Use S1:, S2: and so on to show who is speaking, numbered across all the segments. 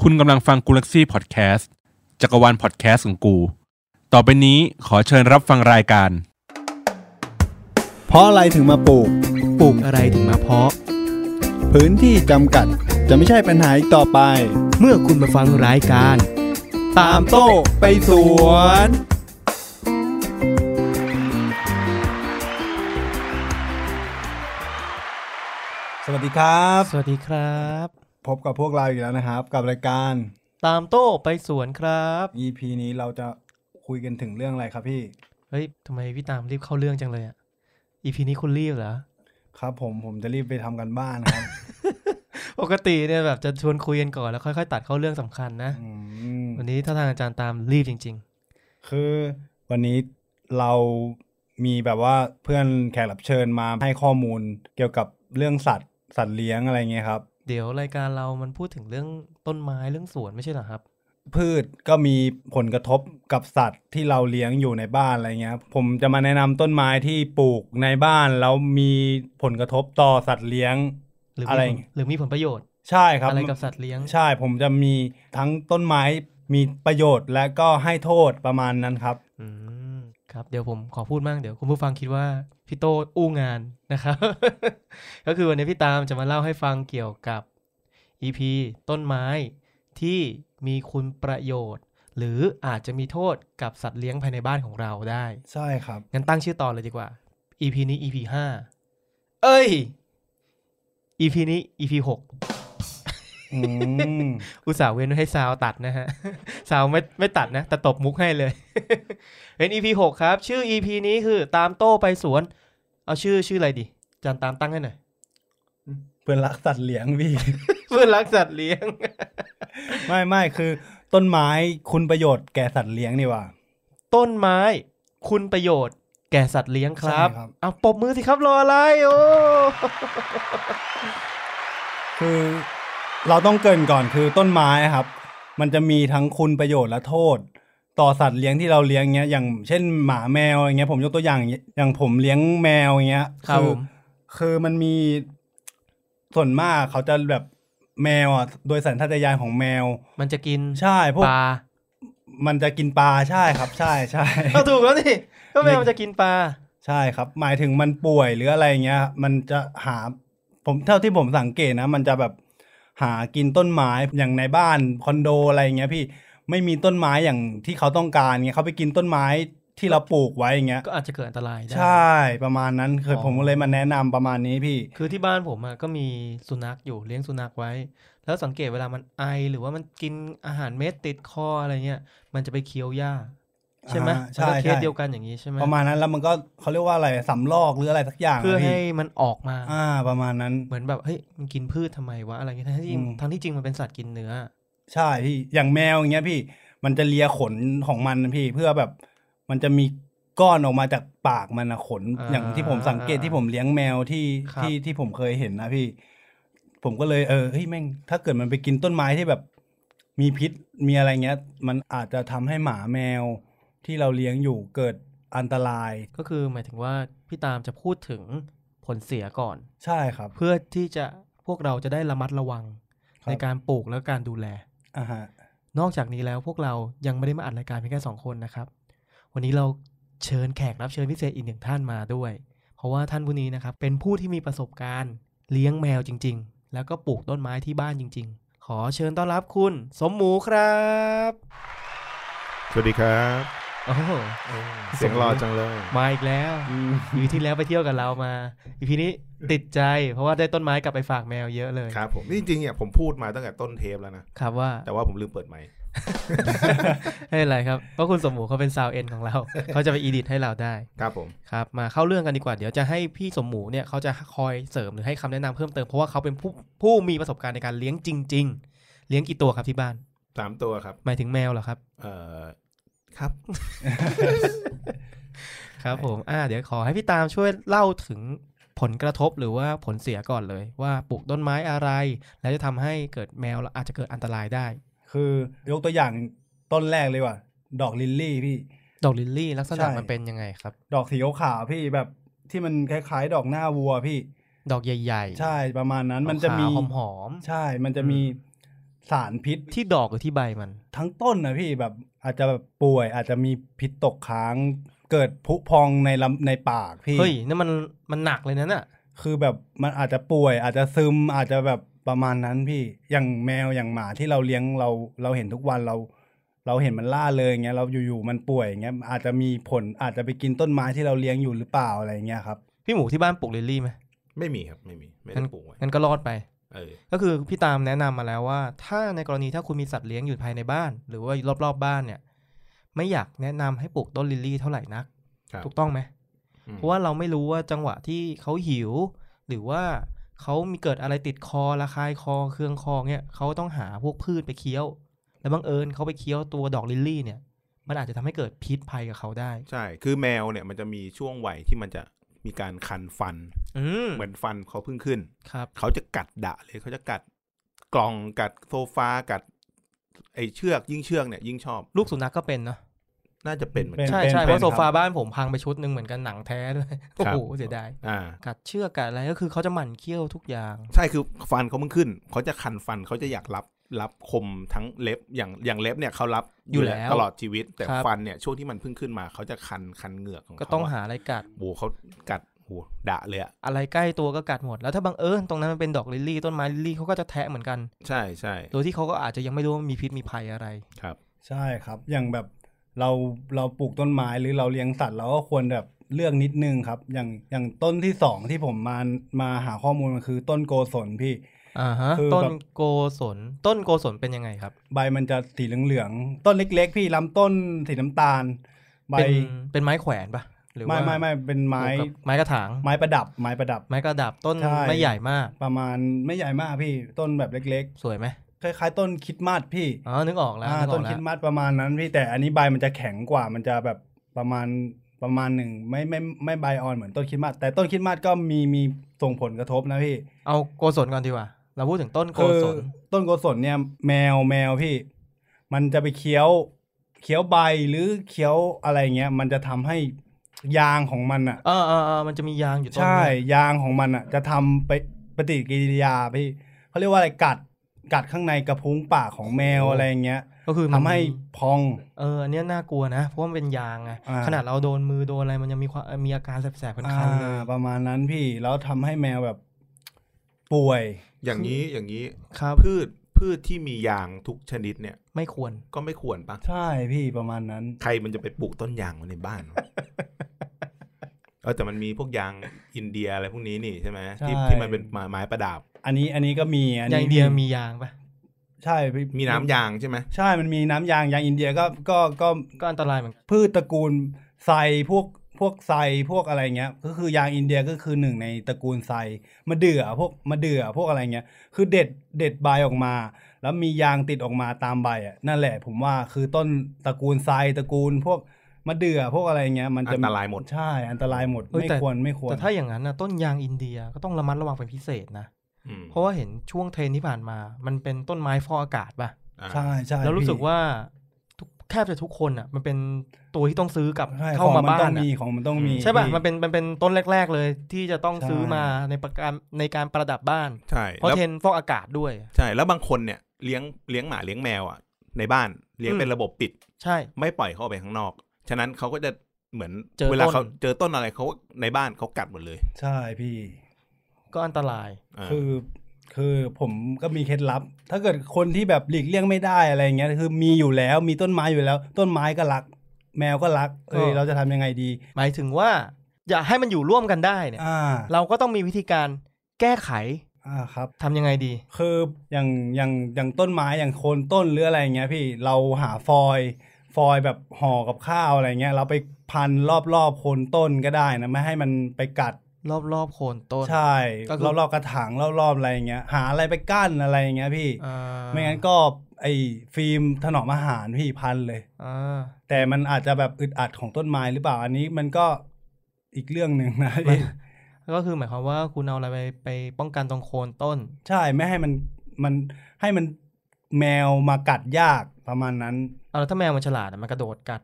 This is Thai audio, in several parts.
S1: คุณกำลังฟังกูลักซี่พอดแคสต์จักรวาลพอดแคสต์ของกู ต่อไปนี้ขอเชิญรับฟังรายการ
S2: เพราะอะไรถึงมาปลูก
S3: ปลูกอะไรถึงมาเพาะ
S2: พื้นที่จำกัด จะไม่ใช่ปัญหาอีกต่อไป
S3: เมื่อคุณมาฟังรายการ
S2: ตามโต้ไปสวน สวัสดีครับ
S3: สวัสดีครับ
S2: พบกับพวกเราอีกแล้วนะครับ กับรายการ
S3: ตามโต้ไปสวนครับ
S2: EP นี้เราจะคุยกันถึงเรื่องอะไรครับพี่
S3: เฮ้ยทำไมพี่ตามรีบเข้าเรื่องจังเลยอ่ะ อีพีนี้คุณรีบเหรอ
S2: ครับผมผมจะรีบไปทำกันบ้านนะครับ
S3: ปกติเนี่ยแบบจะชวนคุยกันก่อนแล้วค่อยๆ ตัดเข้าเรื่องสำคัญนะ
S2: อืม
S3: วันนี้ถ้าทางอาจารย์ตามรีบจริง
S2: คือวันนี้เรามีแบบว่าเพื่อนแขกรับเชิญมาให้ข้อมูลเกี่ยวกับเรื่องสัตว์สัตว์เลี้ยงอะไรเงี้ยครับ
S3: ๆ เดี๋ยวรายการเรามันพูดถึงเรื่องต้นไม้เรื่องสวนไม่ใช่เหรอครับ
S2: พืชก็มีผลกระทบกับสัตว์ที่เราเลี้ยงอยู่ในบ้านอะไรเงี้ยครับผมจะมาแนะนำต้นไม้ที่ปลูกในบ้านแล้วมีผลกระทบต่อสัตว์เลี้ยง
S3: หรือ
S2: อะไร
S3: มีผลหรือมีผลประโยชน์
S2: ใช่ครับ
S3: อะไรกับสัตว์เลี้ยง
S2: ใช่ผมจะมีทั้งต้นไม้มีประโยชน์และก็ให้โทษประมาณนั้นครับ
S3: อืมครับเดี๋ยวผมขอพูดบ้างเดี๋ยวคุณผู้ฟังคิดว่าพี่โต้อู้งานนะครับ ก็คือวันนี้พี่ตามจะมาเล่าให้ฟังเกี่ยวกับ EP ต้นไม้ที่มีคุณประโยชน์ หรืออาจจะมีโทษกับสัตว์เลี้ยงภายในบ้านของเราได้
S2: ใช่ครับ
S3: งั้นตั้งชื่อตอนเลยดีกว่า EP นี้ EP ห้าเอ้ย EP นี้ EP หก
S2: อืม
S3: อุตส่าห์เว้นไว้ให้ซาวตัดนะ ฮะ ซาวไม่ไม่ตัดนะ แต่ตบมุกให้เลย เป็น EP หกครับ ชื่อ EP นี้คือตามโต้ไปสวน เอาชื่อชื่ออะไรดีอาจานตามตั้งให้หน่อย
S2: เพื่อนรักสัตว์เลี้ยงพี่
S3: เพื่อนรักสัตว์เลี้ยง
S2: ไม่ไม่คือต้นไม้คุณประโยชน์แก่สัตว์เลี้ยงนี่หว่า
S3: ต้นไม้คุณประโยชน์ แก่สัตว์เลี้ยงครับ
S2: ใช่ครับ
S3: เอาปรบมือสิครับรออะไรโอ้
S2: คือเราต้องเกรินก่อนคือต้นไม้ครับ มันจะมีทั้งคุณประโยชน์และโทษ ต่อสัตว์เลี้ยงที่เราเลี้ยงเงี้ยอย่างเช่นหมาแมวอะไรเงี้ยผมยกตัวอย่างอย่างผมเลี้ยงแมวอย่างเงี้ย
S3: ครับผม
S2: คือมันมีส่วนมากเขาจะแบบแมวอ่ะโดยสัญชาตญาณของแมว
S3: มันจะกิน
S2: ใช่พว
S3: ป
S2: ก
S3: ลา
S2: มันจะกินปลาใช่ครับ ใช่ใช่
S3: เอาถูกแล้วนี่ก็แมวมันจะกินปลา
S2: ใช่ครับ หมายถึงมันป่วยหรืออะไรเงี้ย มันจะหาผมเท่าที่ผมสังเกตนะ มันจะแบบหากินต้นไม้อย่างในบ้านคอนโดอะไรเงี้ยพี่ไม่มีต้นไม้อย่างที่เขาต้องการเงี้ยเขาไปกินต้นไม้ที่เราปลูกไว้อย่างเงี้ย
S3: ก็อาจจะเกิดอันตรายได้
S2: ใช่ประมาณนั้นเคย
S3: อ๋อ
S2: ผมก็เลยมาแนะนำประมาณนี้พี่
S3: คือที่บ้านผมอะก็มีสุนัขอยู่เลี้ยงสุนัขไว้ แล้วสังเกตเวลามันไอหรือว่ามันกินอาหารเม็ดติดคออะไรเงี้ยมันจะไปเคี้ยวหญ้าใช่ไหม
S2: อ่า
S3: มันก็
S2: ใช่
S3: เคส
S2: ใช่
S3: เดียวกันอย่างนี้ใช่ไหม
S2: ประมาณนั้นแล้วมันก็เขาเรียกว่าอะไรสำลอกหรืออะไรสักอย่าง
S3: เพื่อ
S2: นะพี่
S3: ให้มันออกมา
S2: อ่าประมาณนั้น
S3: เหมือนแบบเฮ้ยมันกินพืชทำไมวะอะไรเงี้ยทั้งที่จริง
S2: อืม
S3: ทั้งที่จริงมันเป็นสัตว์กินเนื้อ
S2: ใช่พี่อย่างแมวอย่างเงี้ยพี่มันจะเลียขนของมันนะพี่เพื่อแบบมันจะมีก้อนออกมาจากปากมันนะขน
S3: อ่า
S2: อย่างที่ผมสังเกตที่ผมเลี้ยงแมวที่
S3: ครับ
S2: ที่ที่ผมเคยเห็นนะพี่ ผมก็เลยเออเฮ้ยแม่ง ถ้าเกิดมันไปกินต้นไม้ที่แบบมีพิษมีอะไรเงี้ย มันอาจจะทำให้หมาแมวที่เราเลี้ยงอยู่เกิดอันตราย
S3: ก็คือหมายถึงว่าพี่ตามจะพูดถึงผลเสียก่อน
S2: ใช่ครับ
S3: เพื่อที่จะพวกเราจะได้ระมัดระวัง
S2: ครับ
S3: ในการปลูกและการดูแล
S2: อ่าฮะ
S3: นอกจากนี้แล้วพวกเรายังไม่ได้มาอัดรายการเพียงแค่สองคนนะครับ วันนี้เราเชิญแขกรับเชิญพิเศษอีกหนึ่งท่านมาด้วย เพราะว่าท่านผู้นี้นะครับ เป็นผู้ที่มีประสบการณ์ เลี้ยงแมวจริง ๆ แล้วก็ปลูกต้นไม้ที่บ้านจริง ๆ ขอเชิญต้อนรับคุณ สมหมูครับ
S4: สวัสดีครับ
S3: โอ้โห
S4: เสียงรอจังเลย
S3: มาอีกแล้วอีพีที่แล้วไปเที่ยวกับเรามาอีพีนี้ติดใจ เพราะว่าได้ต้นไม้กลับไปฝากแมวเยอะเลย
S4: ครับผมนี่จริงๆเนี่ยผมพูดมาตั้งแต่ต้นเทปแล้วนะครับ
S3: ว่า
S4: แต่ว่าผมลืมเปิดไมค์
S3: ไม่เป็นไรครับเพราะคุณสมหมูเขาเป็นซาวเอ็นของเรา เขาจะไปอีดิทให้เราได้
S4: ครับผม
S3: ครับมาเข้าเรื่องกันดีกว่าเดี๋ยวจะให้พี่สมหมูเนี่ยเขาจะคอยเสริมหรือให้คำแนะนำเพิ่มเติมเพราะว่าเขาเป็นผู้ผู้มีประสบการณ์ในการเลี้ยงจริง ๆ เลี้ยงกี่ตัวครับที่บ้าน
S4: สามตัวครับ
S3: หมายถึงแมวเหรอครับ
S4: เอ่อครับ
S3: ครับผมอ่าเดี๋ยวขอให้พี่ตามช่วยเล่าถึงผลกระทบหรือว่าผลเสียก่อนเลย ว่าปลูกต้นไม้อะไร แล้วจะทำให้เกิดแมวแล้วอาจจะเกิดอันตรายได้
S2: คือยกตัวอย่างต้นแรกเลยว่ะดอกลิลลี่พี่
S3: ดอกลิลลี่ลักษณะ
S2: ใช่
S3: มันเป็นยังไงครับ
S2: ดอกสีขาวๆพี่แบบที่มันคล้ายๆ ดอกหน้าวัวพี่
S3: ดอกใหญ่ๆ
S2: ใช่ประมาณนั้นมันจะ
S3: ขาวๆ
S2: มี
S3: หอม
S2: ใช่ มันจะมี สารพิษ
S3: ที่ดอกหรือที่ใบมัน
S2: ทั้งต้นนะพี่แบบอาจจะแบบป่วย อาจจะมีพิษตกค้าง เกิดผุพองในลำในปากพี่
S3: เฮ้ยนั่นมันมันหนักเลยนะน่ะ
S2: คือแบบมันอาจจะป่วย อาจจะซึมอาจจะแบบประมาณนั้นพี่อย่างแมวอย่างหมาที่เราเลี้ยงเราเราเห็นทุกวันเรา เราเห็นมันล่าเลยอย่างเงี้ยเราอยู่ๆมันป่วยอย่างเงี้ยอาจจะมีผลอาจจะไปกินต้นไม้ที่เราเลี้ยงอยู่หรือเปล่าอะไรอย่างเงี้ยครับ
S3: พี่หมูที่บ้านปลูกลิลลี่ไหม
S4: ไม่มีครับไม่มีไม่ได้ปลูกไว้
S3: งั้นก็รอดไป
S4: เออ
S3: ก็คือพี่ตามแนะนำมาแล้วว่า ถ้าในกรณีถ้าคุณมีสัตว์เลี้ยงอยู่ภายในบ้าน หรือว่ารอบๆบบ้านเนี่ย ไม่อยากแนะนำให้ปลูกต้นลิลลี่เท่าไหร่นัก
S4: ครับ
S3: ถูกต้องไหม
S4: อืม
S3: เพราะว่าเราไม่รู้ว่าจังหวะที่เขาหิว หรือว่าเขามีเกิดอะไรติดคอระคายคอเคืองคอเนี่ยเขาต้องหาพวกพืชไปเคี้ยว แล้วบังเอิญเขาไปเคี้ยวตัวดอกลิลลี่เนี่ย มันอาจจะทำให้เกิดพิษภัยกับเขาได้
S4: ใช่คือแมวเนี่ยมันจะมีช่วงวัยที่มันจะมีการคันฟัน
S3: อืม
S4: เหมือนฟันเขาเพิ่งขึ้น
S3: ครับ
S4: เขาจะกัดดะเลยเขาจะกัดกล่องกัดโซฟากัด ไอเชือกยิ่งเชือกเนี่ยยิ่งชอบ
S3: ลูกสุนัขก็เป็นเนาะ
S4: น่าจะเป็นเหมือน
S2: ป็
S4: กั
S2: น
S4: น
S3: ใช่
S2: ป็น
S3: ใช่เพ
S2: ป็น
S3: ราะโซฟา
S2: คบ
S3: บ้านผมพังไปชุดหนึ่งเหมือนกันหนังแท้ด้วย โอ้
S4: ครับ
S3: โหเสียดาย
S4: อ่า
S3: กัดเชือกกัดอะไรก็คือเขาจะหมั่นเคี้ยวทุกอย่าง
S4: ใช่คือฟันเขาเพิ่งขึ้น เขาจะคันฟันเขาจะอยากรับรับคมทั้งเล็บอย่างอย่างเล็บเนี่ยเขารับ
S3: อยู่แล้ว
S4: ตลอดชีวิต แต่
S3: ครับ
S4: ฟันเนี่ยช่วงที่มันเพิ่งขึ้นมา เขาจะคันคันเหงือกของ
S3: ก็ต้อง
S4: เขะ
S3: หาอะไรกัด
S4: โอ้โหเขากัดโอ้โหดะเลยอะ
S3: อะไรใกล้ตัวก็กัดหมด แล้วถ้าบังเอิญตรงนั้นมันเป็นดอกลิลลี่ต้นไม้ลิลลี่เขาก็จะแทะเหมือนกัน
S4: ใช่ใช่
S3: โดยที่เขาก็อาจจะยังไม่รู้ว่ามีพิษมีภัยอะไร
S4: ครับ
S2: ใช่ครับ อย่างแบบเราเราปลูกต้นไม้หรือเราเลี้ยงสัตว์เราก็ควรแบบเลือกนิดนึงครับ อย่างอย่างต้นที่สองที่ผมมามาหาข้อมูลมันคือต้นโกศลพี่
S3: อ่าฮะ
S2: คือแบบ
S3: ต้นโกศลต้นโกศลเป็นยังไงครับ
S2: ใบมันจะสีเหลืองๆต้นเล็ก ๆ พี่ลำต้นสีน้ำตาล ใบ
S3: เป็นเป็นไม้แขวนปะหรือ
S2: ไม่
S3: ว่า
S2: ไม่ไม่เป็นไม้
S3: หรือกับไม้กระถาง
S2: ไม้ประดับ ไม้ประดับ
S3: ไม้กระดับต้น
S2: ใช่
S3: ไม่ใหญ่มาก
S2: ประมาณไม่ใหญ่มากพี่ ต้นแบบเล็ก
S3: สวยไหม
S2: ๆ คล้ายๆ ต้นคริดมาสพี่
S3: อ๋อนึกออกแล้ว
S2: อ่า
S3: นึกอ
S2: ต้
S3: อน
S2: ค
S3: กแล้
S2: ริ
S3: ว
S2: ดมาสประมาณนั้นพี่แต่อันนี้ใบมันจะแข็งกว่ามันจะแบบประมาณประมาณหนึ่งไม่ไม่ไม่ใบอ่อนเหมือนต้นคริดมาสแต่ต้นคริดมาสก็มีมีส่งผลกระทบนะพี่
S3: เอาโกศลก่อนดีกว่า เราพูดถึงต้นโก
S2: คือ
S3: ศล
S2: ต้นโกศลเนี่ยแมวแมวพี่ มันจะไปเคี้ยวเคี้ยวใบหรือเคี้ยวอะไรเงี้ย มันจะทำให้ยางของมันอะ
S3: เอ่าอ่าอ่ามันจะมียางอยู่ต้น
S2: ใช่
S3: นึง
S2: ยางของมันอ่ะ จะทำไปปฏิกิริยาพี่เขาเรียกว่าอะไรกัดกัดข้างในกระพุ้งปากของแมวอะไรอย่างเงี้ย
S3: ก็คือ
S2: ทำ
S3: มัน
S2: ให้พอง
S3: เอออันเนี้ยน่ากลัวนะ เพราะว่ามันเป็นยางไง
S2: อ่า
S3: ขนาดเราโดนมือโดนอะไรมันยังมีความมีอาการแสบๆคัน
S2: อ่า
S3: ๆเลย
S2: ประมาณนั้นพี่แล้วทำให้แมวแบบ ป่วย
S4: อย่างนี้อย่างนี้
S3: ครับ
S4: พืชพืชที่มียางทุกชนิดเนี่ย
S3: ไม่ควร
S4: ก็ไม่ควรปะ
S2: ใช่พี่ประมาณนั้น
S4: ใครมันจะไปปลูกต้นยางไว้ในบ้าน วะ เออแต่มันมีพวกยางอินเดียอะไรพวกนี้นี่ใช่ไหมที่
S2: ใช่
S4: ที่มันเป็นไม้ไม้ประดับ
S2: อันนี้อันนี้ก็มีอัน
S3: ยา
S2: นี้
S3: งอินเดียมียางปะ
S2: ใช่พี่
S4: มีน้ำยางใช่ไหม
S2: ใช่มันมีน้ำยางยางอินเดียก็ก็ก็
S3: ก็อันตรายเหมือนกัน
S2: พืชตระกูลไซพวกพวกไซพวกอะไรเงี้ย ก็คือยางอินเดียก็คือหนึ่งในตระกูลไซมะเดื่อพวกมะเดื่อพวกอะไรเงี้ย คือเด็ดเด็ดใบออกมา แล้วมียางติดออกมาตามใบอ่ะนั่นแหละผมว่าคือต้นตระกูลไซตระกูลพวกมะเดื่อพวกอะไรเงี้ยมันจะ
S4: อันตรายหมด
S2: ใช่อันตรายหมด
S3: เอ้ย
S2: ไม่
S3: แต่
S2: ควรไม่ควร
S3: แต่ถ้าอย่างนั้นนะต้นยางอินเดียก็ต้องระมัดระวังเป็นพิเศษนะ
S4: อืม
S3: เพราะว่าเห็นช่วงเทรนที่ผ่านมา มันเป็นต้นไม้ฟอกอากาศป่ะ
S4: อ่า
S2: ใช่ใช่
S3: แล้วรู้สึก
S2: พี่
S3: ว่าทุกแทบจะทุกคนอ่ะ มันเป็นตัวที่ต้องซื้อกลับ
S2: ใช่
S3: เข้า
S2: ของ
S3: มา
S2: มัน
S3: บ้า
S2: ต้อน ง
S3: อะ
S2: มีของมันต้องมี
S3: ใช่ป่ะ
S2: พี่
S3: มันเป็นมันเป็นต้นแรก ๆ เลยที่จะต้อง
S2: ใช่
S3: ซื้อมาในประการในการประดับบ้าน
S4: ใช่
S3: เพราะ
S4: แล้ว
S3: เทรนฟอกอากาศด้วย
S4: ใช่แล้วบางคนเนี่ยเลี้ยงเลี้ยงหมาเลี้ยงแมวอ่ะในบ้านเลี้ยง
S3: อืม
S4: เป็นระบบปิด
S3: ใช่
S4: ไม่ปล่อยเข้าไปข้างนอก ฉะนั้นเขาก็จะเหมือน
S3: เจอ
S4: เวลา
S3: ต้น
S4: เขาเจอต้นอะไรเขาในบ้านเขากัดหมดเลย
S2: ใช่พี่
S3: ก็อันตราย
S4: อ่า
S2: คือคือผมก็มีเคล็ดลับ ถ้าเกิดคนที่แบบหลีกเลี่ยงไม่ได้อะไรเงี้ยคือมีอยู่แล้วมีต้นไม้อยู่แล้ว ต้นไม้ก็รัก แมวก็รักเอ้ยเราจะทำยังไงดี
S3: หมายถึงว่า อยากให้มันอยู่ร่วมกันได้เนี่ย
S2: อ่า
S3: เราก็ต้องมีวิธีการแก้ไข
S2: อ่าครับ
S3: ทำยังไงดี
S2: คืออย่างอย่างอย่างต้นไม้อย่างโคนต้นหรืออะไรเงี้ยพี่เราหาฟอยล์ฟอยล์แบบห่อกับข้าวอะไรเงี้ยเราไปพันรอบรอบๆโคนต้นก็ได้นะไม่ให้มันไปกัด
S3: รอบๆโคนต้น
S2: ใช่
S3: ก็คือ
S2: รอบรอบๆกระถางรอบรอบๆอะไรเงี้ยหาอะไรไปกั้นอะไรเงี้ยพี่
S3: อ่า
S2: ไม่งั้นก็ไอ้ฟิล์มถนอมอาหารพี่พันเลย
S3: อ่า
S2: แต่มันอาจจะแบบอึดอัดของต้นไม้หรือเปล่าอันนี้มันก็อีกเรื่องหนึ่งนะ
S3: มัน ก็คือหมายความว่าคุณเอาอะไรไปไปป้องกันตรงโคนต้น
S2: ใช่ไม่ให้มันมันให้มันแมวมากัดยากประมาณนั้น
S3: เอาแล้วถ้าแมวมันฉลาดอะมันกระโดดกัด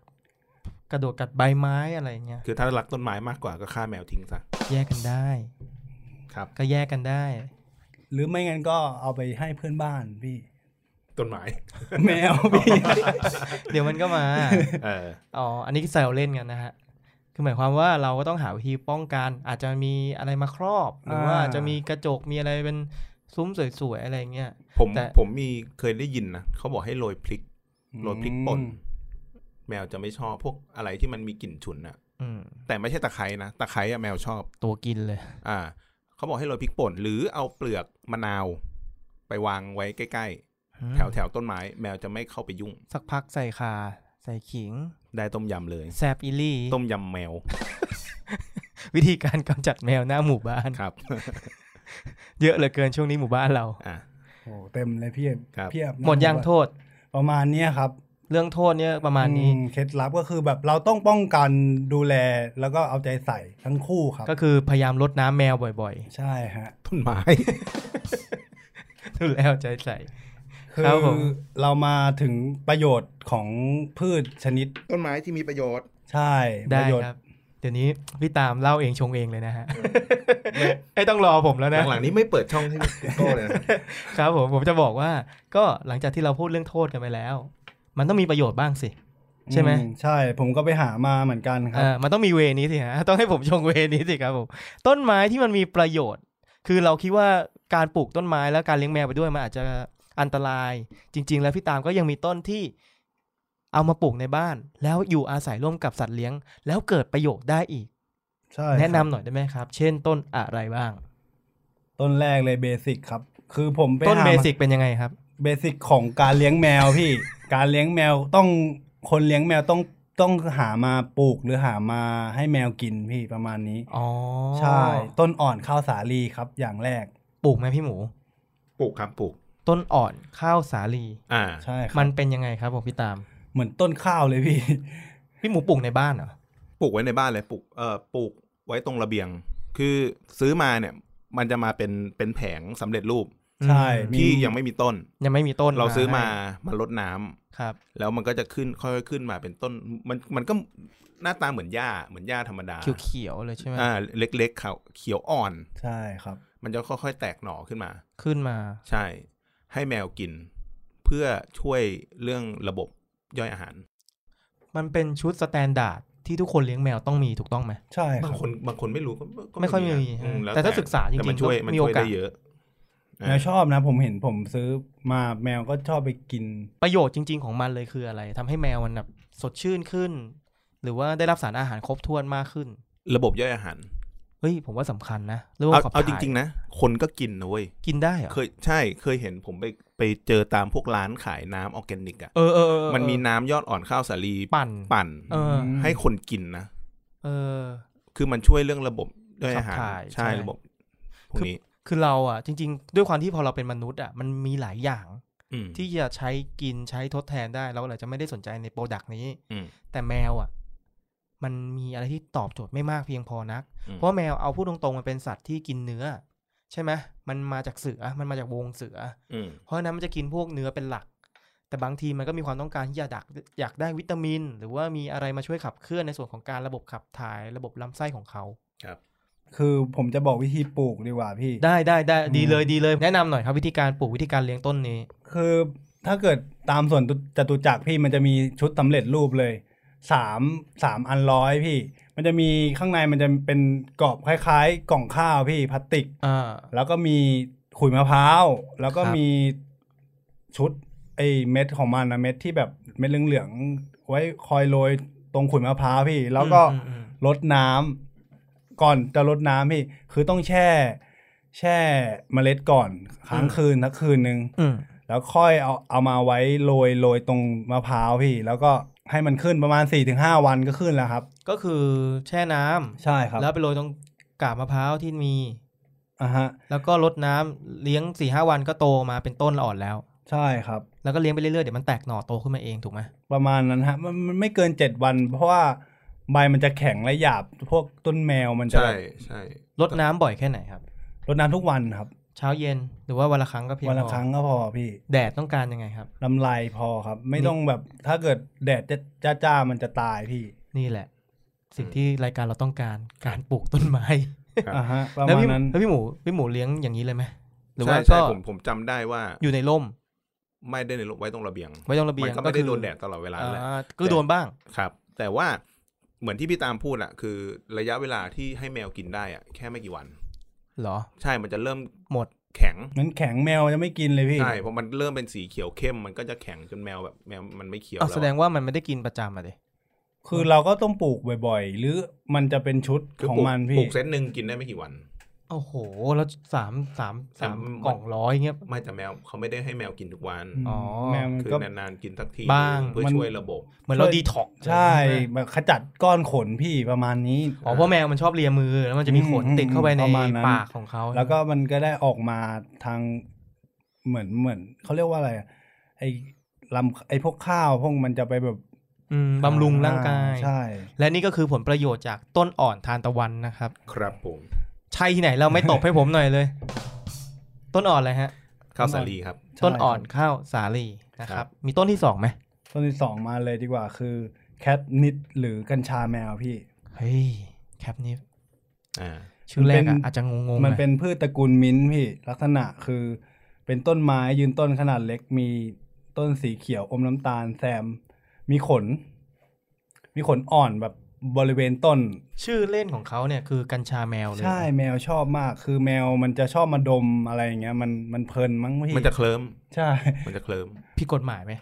S3: กระโดดกัดใบไม้อะไรอย่างเงี้ย
S4: คือถ้ารักต้นไม้มากกว่าก็ฆ่าแมวทิ้งซะ
S3: แยกกันได้
S4: ครับ
S3: ก็แยกกันได้
S2: หรือไม่งั้นก็เอาไปให้เพื่อนบ้านพี่
S4: ต้นไม้
S2: แมวพี่
S3: เดี๋ยวมันก็มา
S4: เออ
S3: อ๋อ อันนี้แซวเล่นกันนะฮะ คือหมายความว่าเราก็ต้องหาวิธีป้องกัน อาจจะมีอะไรมาครอบ หรือว่าอาจจะมีกระจก มีอะไรเป็นซุ้มสวยๆ อะไรเงี้ย
S4: ผม
S3: แต่
S4: ผมมีเคยได้ยินนะเขาบอกให้โรยพริก โรยพริกป่น แมวจะไม่ชอบพวกอะไรที่มันมีกลิ่นฉุนอะ
S3: อืม
S4: แต่ไม่ใช่ตะไคร้นะตะไคร้อะแมวชอบ
S3: ตัวกินเลย
S4: อ่าเขาบอกให้โรยพริกป่น หรือเอาเปลือกมะนาว ไปวางไว้ใกล้ๆ แถวแถวต้นไม้ แมวจะไม่เข้าไปยุ่ง
S3: สักพักใส่คา ใส่ขิง
S4: ได้ต้มยำเลย
S3: แซบอิลี่
S4: ต้มยำแมว
S3: วิธีการกำจัดแมวหน้าหมู่บ้าน
S4: ครับ
S3: เยอะเหลือเกินช่วงนี้หมู่บ้านเรา
S4: อ่า
S2: โอ้เต็มเลยพี่
S4: ครับ
S2: เพียบนะ
S3: หมดยังโทษ
S2: ประมาณเนี้ยครับ
S3: เรื่องโทษเนี่ยประมาณนี้
S2: อืเคล็ดลับก็คือแบบเราต้องป้องกันดูแลแล้วก็เอาใจใส่ทั้งคู่ครับ
S3: ก็คือพยายามลดน้ำแมวบ่อย
S2: ใช่ฮะ
S4: ต้นไม้
S3: ๆ ดูแลเอาใจใส่
S2: คื
S3: ครับผม
S2: อเรามาถึงประโยชน์ของพืชชนิด
S4: ต้นไม้ที่มีประโยชน์
S2: ใช่ป
S3: ได้
S2: ระโยชน์
S3: ครับ เดี๋ยวนี้พี่ตามเล่าเองชงเองเลยนะฮะ ไม่ต้องรอผมแล้วนะ
S4: หลังๆนี้ไม่เปิดช่องให้คุณโก้ เลยนะครับ
S3: ผมผมจะบอกว่าก็หลังจากที่เราพูดเรื่องโทษกันไปแล้ว มันต้องมีประโยชน์บ้างสิ ใช่ไหม
S2: อืใช่ ผมก็ไปหามาเหมือนกันครั
S3: เอบ อมันต้องมีเวนี้สิฮะ ต้องให้ผมชงเวนี้สิครับผมต้นไม้ที่มันมีประโยชน์ คือเราคิดว่าการปลูกต้นไม้แล้วการเลี้ยงแมวไปด้วยมันอาจจะอันตราย จริง ๆ แล้วพี่ตามก็ยังมีต้นที่เอามาปลูกในบ้าน แล้วอยู่อาศัยร่วมกับสัตว์เลี้ยง แล้วเกิดประโยชน์ได้อีก
S2: ใช่
S3: แนะ
S2: ค
S3: นำ
S2: รับ
S3: หน่อยได้ไหมครับ เช่นต้นอะไรบ้าง
S2: ต้นแรกเลยเบสิกครับ คือผมไป
S3: ต้น
S2: หา
S3: เบ
S2: มา
S3: สิกเป็นยังไงครับ
S2: เบสิกของการเลี้ยงแมว พี่ การเลี้ยงแมวต้องคนเลี้ยงแมวต้องต้องหามาปลูกหรือหามาให้แมวกินพี่ประมาณนี้
S3: อ๋อ
S2: ใช่ ต้นอ่อนข้าวสาลีครับอย่างแรก
S3: ปลูกไหมพี่หมู
S4: ปลูกครับปลูก
S3: ต้นอ่อนข้าวสาลี
S4: อ่า
S2: ใช่ครับ
S3: มันเป็นยังไงครับผมพี่ตาม
S2: เหมือนต้นข้าวเลยพี่
S3: พี่หมูปลูกในบ้านเหรอ
S4: ปลูกไว้ในบ้านเลยปลูกเอ่อปลูกไว้ตรงระเบียง คือซื้อมาเนี่ย มันจะมาเป็นเป็นแผงสำเร็จรูป
S2: ใช่มี
S4: ที่ยังไม่มีต้น
S3: ยังไม่มีต้น
S4: เราซื้อมา
S3: ให้
S4: มาลดน้ำ
S3: ครับ
S4: แล้วมันก็จะขึ้นค่อยๆขึ้นมาเป็นต้น มันมันก็หน้าตาเหมือนหญ้าเหมือนหญ้าธรรมดา
S3: เขียวๆเลยใช่ไหม
S4: อ่าเล็กๆขาวเขียวอ่อน
S2: ใช่ครับ
S4: มันจะค่อยๆแตกหน่อขึ้นมา
S3: ขึ้นมา
S4: ใช่ ให้แมวกิน เพื่อช่วยเรื่องระบบย่อยอาหาร
S3: มันเป็นชุดสแตนดาร์ดที่ทุกคนเลี้ยงแมวต้องมีถูกต้องไหม
S2: ใช่ครับ
S4: าง
S2: บ
S4: คนบางคนไม่รู้ก็ก็
S3: ไม่ค่อยมี
S4: นะอืล้ว
S3: แต่ถ้าศึกษาจริงๆ
S4: แต่มันช่วย
S3: ก็
S4: มัน
S3: มี
S4: ช่วย
S3: โอกาส
S4: ได้เยอะ
S2: แมวชอบนะ ผมเห็นผมซื้อมาแมวก็ชอบไปกิน
S3: ประโยชน์จริง ๆ ของมันเลยคืออะไรทำให้แมวมันแบบสดชื่นขึ้น หรือว่าได้รับสารอาหารครบถ้วนมากขึ้น
S4: ระบบย่อยอาหาร
S3: เฮ้ย ผมว่าสำคัญนะเรื่อง
S4: เอา
S3: ขับ
S4: เอาจ
S3: ถ่าย
S4: ริง ๆ นะ คนก็กินนะเว้ย
S3: กินได้เหรอ
S4: เคยใช่เคยเห็นผมไปไปเจอตามพวกร้านขายน้ำออร์แกนิกอ่ะ
S3: เออเออเออเออ
S4: มันมีน้ำยอดอ่อนข้าวสาลี
S3: ปั่น
S4: ปั่น
S3: เออ
S2: ม
S4: ให้คนกินนะ
S3: เออ
S4: คือมันช่วยเรื่องระบบย่อยอาหาร
S3: ขับถ่าย
S4: ใช่
S3: ใช่
S4: ระบบพวกนี้
S3: คือเราอ่ะจริง ๆ ด้วยความที่พอเราเป็นมนุษย์อ่ะมันมีหลายอย่าง
S4: อืม
S3: ที่จะใช้กินใช้ทดแทนได้เราอาจจะไม่ได้สนใจในโปรดักต์นี้
S4: อืม
S3: แต่แมวอ่ะ มันมีอะไรที่ตอบโจทย์ไม่มากเพียงพอนัก
S4: อืม
S3: เพราะแมวเอาพูดตรงๆ มันเป็นสัตว์ที่กินเนื้อ ใช่ไหมมันมาจากเสือมันมาจากวงเสือ
S4: อืม
S3: เพราะฉะนั้นมันจะกินพวกเนื้อเป็นหลัก แต่บางทีมันก็มีความต้องการที่อยากดักอยากได้วิตามิน หรือว่ามีอะไรมาช่วยขับเคลื่อนในส่วนของการระบบขับถ่ายระบบลำไส้ของเขา
S2: คือผมจะบอกวิธีปลูกดีกว่าพี่
S3: ได้ได้ได้ดีเลยดีเลยแนะนำหน่อยครับวิธีการปลูกวิธีการเลี้ยงต้นนี้
S2: คือถ้าเกิดตามส่วนตุจตุจักรพี่มันจะมีชุดสำเร็จรูปเลยสามสามอันร้อยพี่ มันจะมีข้างในมันจะเป็นกรอบคล้ายๆ กล่องข้าวพี่พลาสติก
S3: อ่า
S2: แล้วก็มีขุยมะพร้าวแล้วก็
S3: ครับ
S2: มีชุดไอ้เม็ดของมันนะเม็ดที่แบบเม็ดเหลืองๆไว้คอยโรยตรงขุยมะพร้าวพี่ แล้วก็
S3: อืมอืมอืม
S2: ลดน้ำก่อนจะลดน้ำพี่ คือต้องแช่ แช่เมล็ดก่อนค้างคืนทักคืนนึง
S3: อืม
S2: แล้วค่อยเอาเอามาไว้โรยโรยตรงมะพร้าวพี่ แล้วก็ให้มันขึ้นประมาณ4ี่ถึงห้าวันก็ขึ้นแล้วครับ
S3: ก็คือแช่น้ำ
S2: ใช่ครับ
S3: แล้วไปโรยตรงกาบมะพร้าวที่มี
S2: อ่ะฮะ
S3: แล้วก็ลดน้ำเลี้ยงสี่ห้าวันก็โตมาเป็นต้นอ่อนแล้ว
S2: ใช่ครับ
S3: แล้วก็เลี้ยงไปเรื่อยๆเดี๋ยวมันแตกหน่อโตขึ้นมาเองถูกไหม
S2: ประมาณนั้นฮะมันมันไม่เกินเจ็ดวัน เพราะว่าใบมันจะแข็งและหยาบ พวกต้นแมวมันจะ
S4: ใช่ใช่
S3: ลดน้ำบ่อยแค่ไหนครับ
S2: รดน้ำทุกวันครับ
S3: เช้าเย็นหรือว่าวันละครั้งก็เพียง
S2: วันละ
S3: พอ
S2: ครั้งก็พอพี่
S3: แดดต้องการยังไงครับ
S2: ลำลายพอครับ ไม่ต้องแบบถ้าเกิดแดดจะจ้าจ้าๆมันจะตายพี่
S3: นี่แหละ สิ่งที่รายการเราต้องการการปลูกต้นไม้
S4: ครับ
S2: อ่ะฮะประ
S3: แล้ว
S2: มาณ
S3: พี่
S2: นั้น
S3: แล้วพี่หมูพี่หมูเลี้ยงอย่างนี้เลยไหมหรือ
S4: ใช่
S3: ว่า
S4: ใช่
S3: ก็
S4: ผมผมจำได้ว่า
S3: อยู่ในร่ม
S4: ไม่ได้ในไว้ตรงระเบียง
S3: ไว้ตรงระเบียง
S4: มันก็ไม่ได้โดนแดดตลอดเวลาแหละ
S3: อ่าก็โดนบ้าง
S4: ครับ แต่ว่าเหมือนที่พี่ตามพูดอะคือระยะเวลาที่ให้แมวกินได้อะแค่ไม่กี่วัน
S3: เหรอ
S4: ใช่มันจะเริ่ม
S3: หมด
S4: แข็ง
S2: นั้นแข็งแมวจะไม่กินเลยพี่
S4: ใช่เพราะมันเริ่มเป็นสีเขียวเข้ม มันก็จะแข็งจนแมวแบบแมวมันไม่เขียว
S3: เอา
S4: แล้วอะ
S3: แสดงว่ามันไม่ได้กินประจำอะเด
S2: คือเราก็ต้องปลูกบ่อยๆ หรือมันจะเป็นชุด
S4: คือ
S2: ของ
S4: ปลูก
S2: มัน
S4: ป
S2: พี่
S4: ลูกเซตหนึ่งกินได้ไม่กี่วัน
S3: โอ้โห แล้วสามสามสาม
S4: แต่มัน
S3: กล่องร้อยเงี้ย
S4: ไม่แต่แมวเขาไม่ได้ให้แมวกินทุกวัน
S3: อ๋อ
S2: แมวมัน
S4: คือ
S2: ก็
S4: นานๆกินสักที
S3: บ้าง
S4: เพื่อ
S2: มัน
S4: ช่วยระบบ
S3: เหมือนเรา
S2: ช่วย
S3: ดีท็อก
S2: ใช่แบบขจัดก้อนขนพี่ประมาณนี้
S3: อ๋อเพราะแมวมันชอบเลียมือ แล้วมันจะมีขน
S2: อืม
S3: ติดเข้าไปใน
S2: ประมาณนั้น
S3: ปากของเขา
S2: แล้วก็มันก็ได้ออกมาทางเหมือนเหมือนเขาเรียกว่าอะไรอะไอ้ลำไอ้พวกข้าวพวกมันจะไปแบบ
S3: อืมบำรุงร่างกาย
S2: ใช่
S3: และนี่ก็คือผลประโยชน์จากต้นอ่อนทานตะวันนะครับ
S4: ครับผม
S3: ใช่ที่ไหนเราไม่ตบให้ผมหน่อยเลย ต้นอ่อนอะไรฮะ
S4: ข้าวสาลีครับ
S2: ใช่
S3: ต้นอ่อนข้าวสาลีนะค
S4: ครั
S3: รับ
S4: บ
S3: มีต้นที่สองไหม
S2: ต้นที่สองมาเลยดีกว่าคือแคทนิดหรือกัญชาแมวพี่
S3: เฮ้ยแคปนี้
S4: อ่า
S3: ชื่อแรก
S2: มัน
S3: อะ
S2: เป็น
S3: อาจจะงงๆ
S2: มัน
S3: หอย
S2: เป็นพืชตระกูลมิ้นท์พี่ลักษณะคือ เป็นต้นไม้ยืนต้นขนาดเล็กมีต้นสีเขียวอมน้ำตาลแซม มีขน มีขนอ่อนแบบบริเวณต้น
S3: ชื่อเล่นของเขาเนี่ยคือกัญชาแมวเลย
S2: ใช่แมวชอบมาก คือแมวมันจะชอบมาดมอะไรอย่างเงี้ย มันมันเพลินมั้งพี่
S4: มันจะเคลิ้ม
S2: ใช่
S4: มันจะเคลิ้ม
S3: ผิดกฎหมายไหม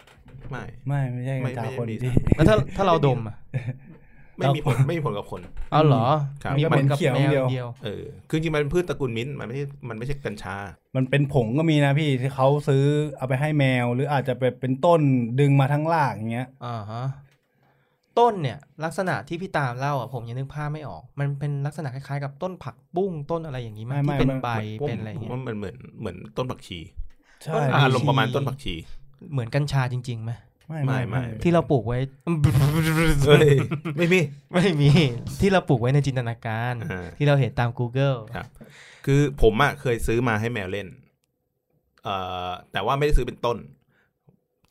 S4: ไม่
S2: ไม่ไม่ใช่กั
S4: ไม่
S2: ญชา
S4: ไม่
S2: คน
S4: มี
S2: ที่
S3: แล้วถ้าถ้าเราดมอะ
S4: ไม่มีผลไม่มีผลกับคน
S3: เอาเหรอ
S4: ครับ
S3: มีผลกั
S2: มัน
S3: บ
S2: เขียว
S3: แมว
S2: เดี
S3: อ
S2: ยว
S3: ย่างเดียว
S4: เออคือจริงๆมันเป็นพืชตระกูลมิ้นท์มันไม่ใช่มันไม่ใช่กัญชา
S2: มันเป็นผงก็มีนะพี่ที่เขาซื้อเอาไปให้แมว หรืออาจจะไปเป็นต้นดึงมาทั้งรากอย่างเงี้ย
S3: อ่าฮะต้นเนี่ยลักษณะที่พี่ตามเล่าอ่ะผมยังนึกภาพไม่ออก มันเป็นลักษณะคล้ายๆกับต้นผักบุ้งต้นอะไรอย่างนี้ไหม
S2: ไม่ไม่
S3: ที่เป็น
S2: มัน
S3: ใบ
S4: ผม
S3: เป็นอะไรเงี้ย
S4: ผมว่ามันเหมือนเหมือนต้นผักชี
S2: ใช่
S3: ต้น
S4: อารมณ์ประมาณต้นผักชี
S3: เหมือนกัญชาจริงๆไหม
S2: ไม่
S4: ไม่
S2: ไม่
S4: ไม่
S2: ไม่
S3: ที่เราปลูกไว้
S4: เฮ้ยไม่มี
S3: ไม่มีที่เราปลูกไว้ในจินตนาการ
S4: อ่า
S3: ที่เราเห็นตาม Google
S4: ครับ คือผมอะเคยซื้อมาให้แมวเล่น เอ่อแต่ว่าไม่ได้ซื้อเป็นต้น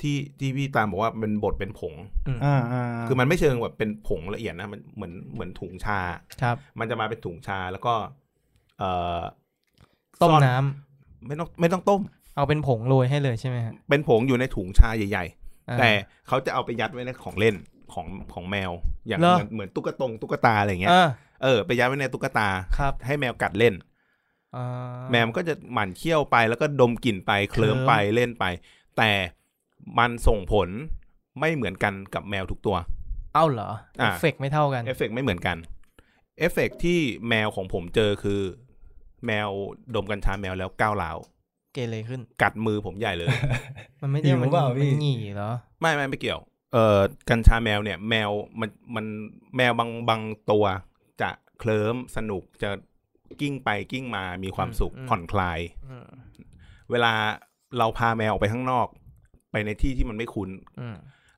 S4: ที่ที่พี่ตามบอกว่าเป็นบดเป็นผง
S2: อ่าอ่า
S4: คือมันไม่เชิงแบบเป็นผงละเอียดนะมันเหมือนเหมือนถุงชา
S3: ครับ
S4: มันจะมาเป็นถุงชาแล้วก็ เอ่อ
S3: ต้ม
S4: ซ่อ
S3: น้ำ
S4: ไม่ต้องไม่ต้องต้ม
S3: เอาเป็นผงโรยให้เลยใช่ไหมฮะ
S4: เป็นผงอยู่ในถุงชาใหญ่
S3: อ่า
S4: ๆ แต่เขาจะเอาไปยัดไว้ในของเล่นของของแมว อย่าง
S3: เหรอ
S4: เหมือนเหมือนตุ๊กตงตุ๊กตาอะไรอย่างเงี้ย
S3: อ่า
S4: เออไปยัดไว้ในตุ๊กตา
S3: ครับ
S4: ให้แมวกัดเล่น
S3: อ่า
S4: แมวมันก็จะหมั่นเคี้ยวไปแล้วก็ดมกลิ่นไปเคลิ้ม
S3: เคลิ้ม
S4: ไปเล่นไป แต่มันส่งผลไม่เหมือนกันกับแมวทุกตัว
S3: เอ้าเหรอ
S4: อ่า
S3: เอฟเฟกต์ไม่เท่ากัน
S4: เอฟเฟกต์ไม่เหมือนกันเอฟเฟกต์ที่แมวของผมเจอคือ แมวดมกัญชาแมวแล้วก้าวร้าว
S3: เกเรขึ้น
S4: กัดมือผมใหญ่เลย
S3: มันไม่ได้
S2: หิว
S3: มัน
S2: เปล่า
S3: มั
S2: พี่
S3: นหงี่เหรอ
S4: ไม่ไม่ไม่เกี่ยว เอ่อกัญชาแมวเนี่ย แมวมันมันแมวบางบางตัวจะเคลิ้มสนุกจะกิ้งไปกิ้งมามีความสุขผ่อนคลาย
S3: อืม
S4: เวลาเราพาแมวออกไปข้างนอก ไปในที่ที่มันไม่คุ้น
S3: อืม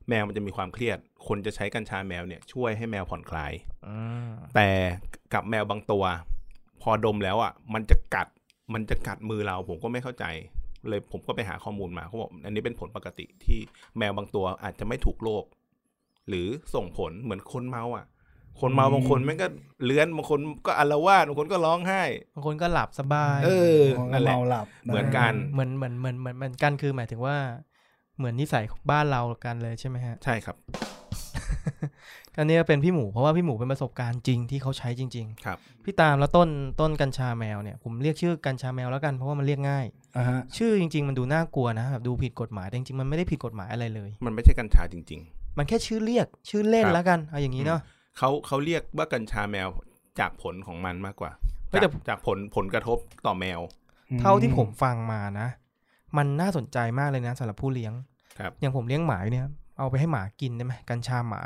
S4: แมวมันจะมีความเครียด คนจะใช้กัญชาแมวเนี่ยช่วยให้แมวผ่อนคลาย
S3: อืม
S4: แต่กับแมวบางตัว พอดมแล้วอ่ะ มันจะกัด มันจะกัดมือเราผมก็ไม่เข้าใจ เลยผมก็ไปหาข้อมูลมาเขาบอกอันนี้เป็นผลปกติที่แมวบางตัวอาจจะไม่ถูกโรคหรือส่งผลเหมือนคนเมาอ่ะ คนเมา
S2: อืม
S4: บางคนแม่งก็เลื้อนบางคนก็อาละวาดบางคนก็ร้องไห้
S3: บางคนก็หลับสบาย
S4: เออ
S2: ของ
S4: นั่นแหละ
S2: เราหลับ
S4: เหมือนกัน
S3: เหมือนเหมือนเหมือนเหมือนเหมือนกันคือหมายถึงว่า เหมือนนิสัยของบ้านเรากันเลยใช่ไหมฮะ
S4: ใช่ครับ
S3: อันนี้เป็นพี่หมูเพราะว่าพี่หมูเป็นประสบการณ์จริงที่เขาใช้จริง
S4: ครับ
S3: ๆ พี่ตามแล้วต้นต้นกัญชาแมวเนี่ยผมเรียกชื่อกัญชาแมวแล้วกันเพราะว่ามันเรียกง่าย
S2: อ่าฮะ
S3: ชื่อจริง ๆ มันดูน่ากลัวนะแบบดูผิดกฎหมายแต่จริงๆมันไม่ได้ผิดกฎหมายอะไรเลย
S4: มันไม่ใช่กัญชาจริง
S3: มันแค่ชื่อเรียกชื่อเล่น
S4: ครับ
S3: แล้วกันเอาอย่างนี้เนาะ
S4: ๆเขาเขาเรียกว่ากัญชาแมวจากผลของมันมากกว่า
S3: เฮ้ย
S4: จาก
S3: แต่
S4: จากผลผลกระทบต่อแมว
S2: อื
S3: เท่าที่ผมฟังมานะ มันน่าสนใจมากเลยนะสำหรับผู้เลี้ยง
S4: ครับ
S3: อย่างผมเลี้ยงหมาอยู่เนี่ย เอาไปให้หมากินได้ไหมกัญชาหมา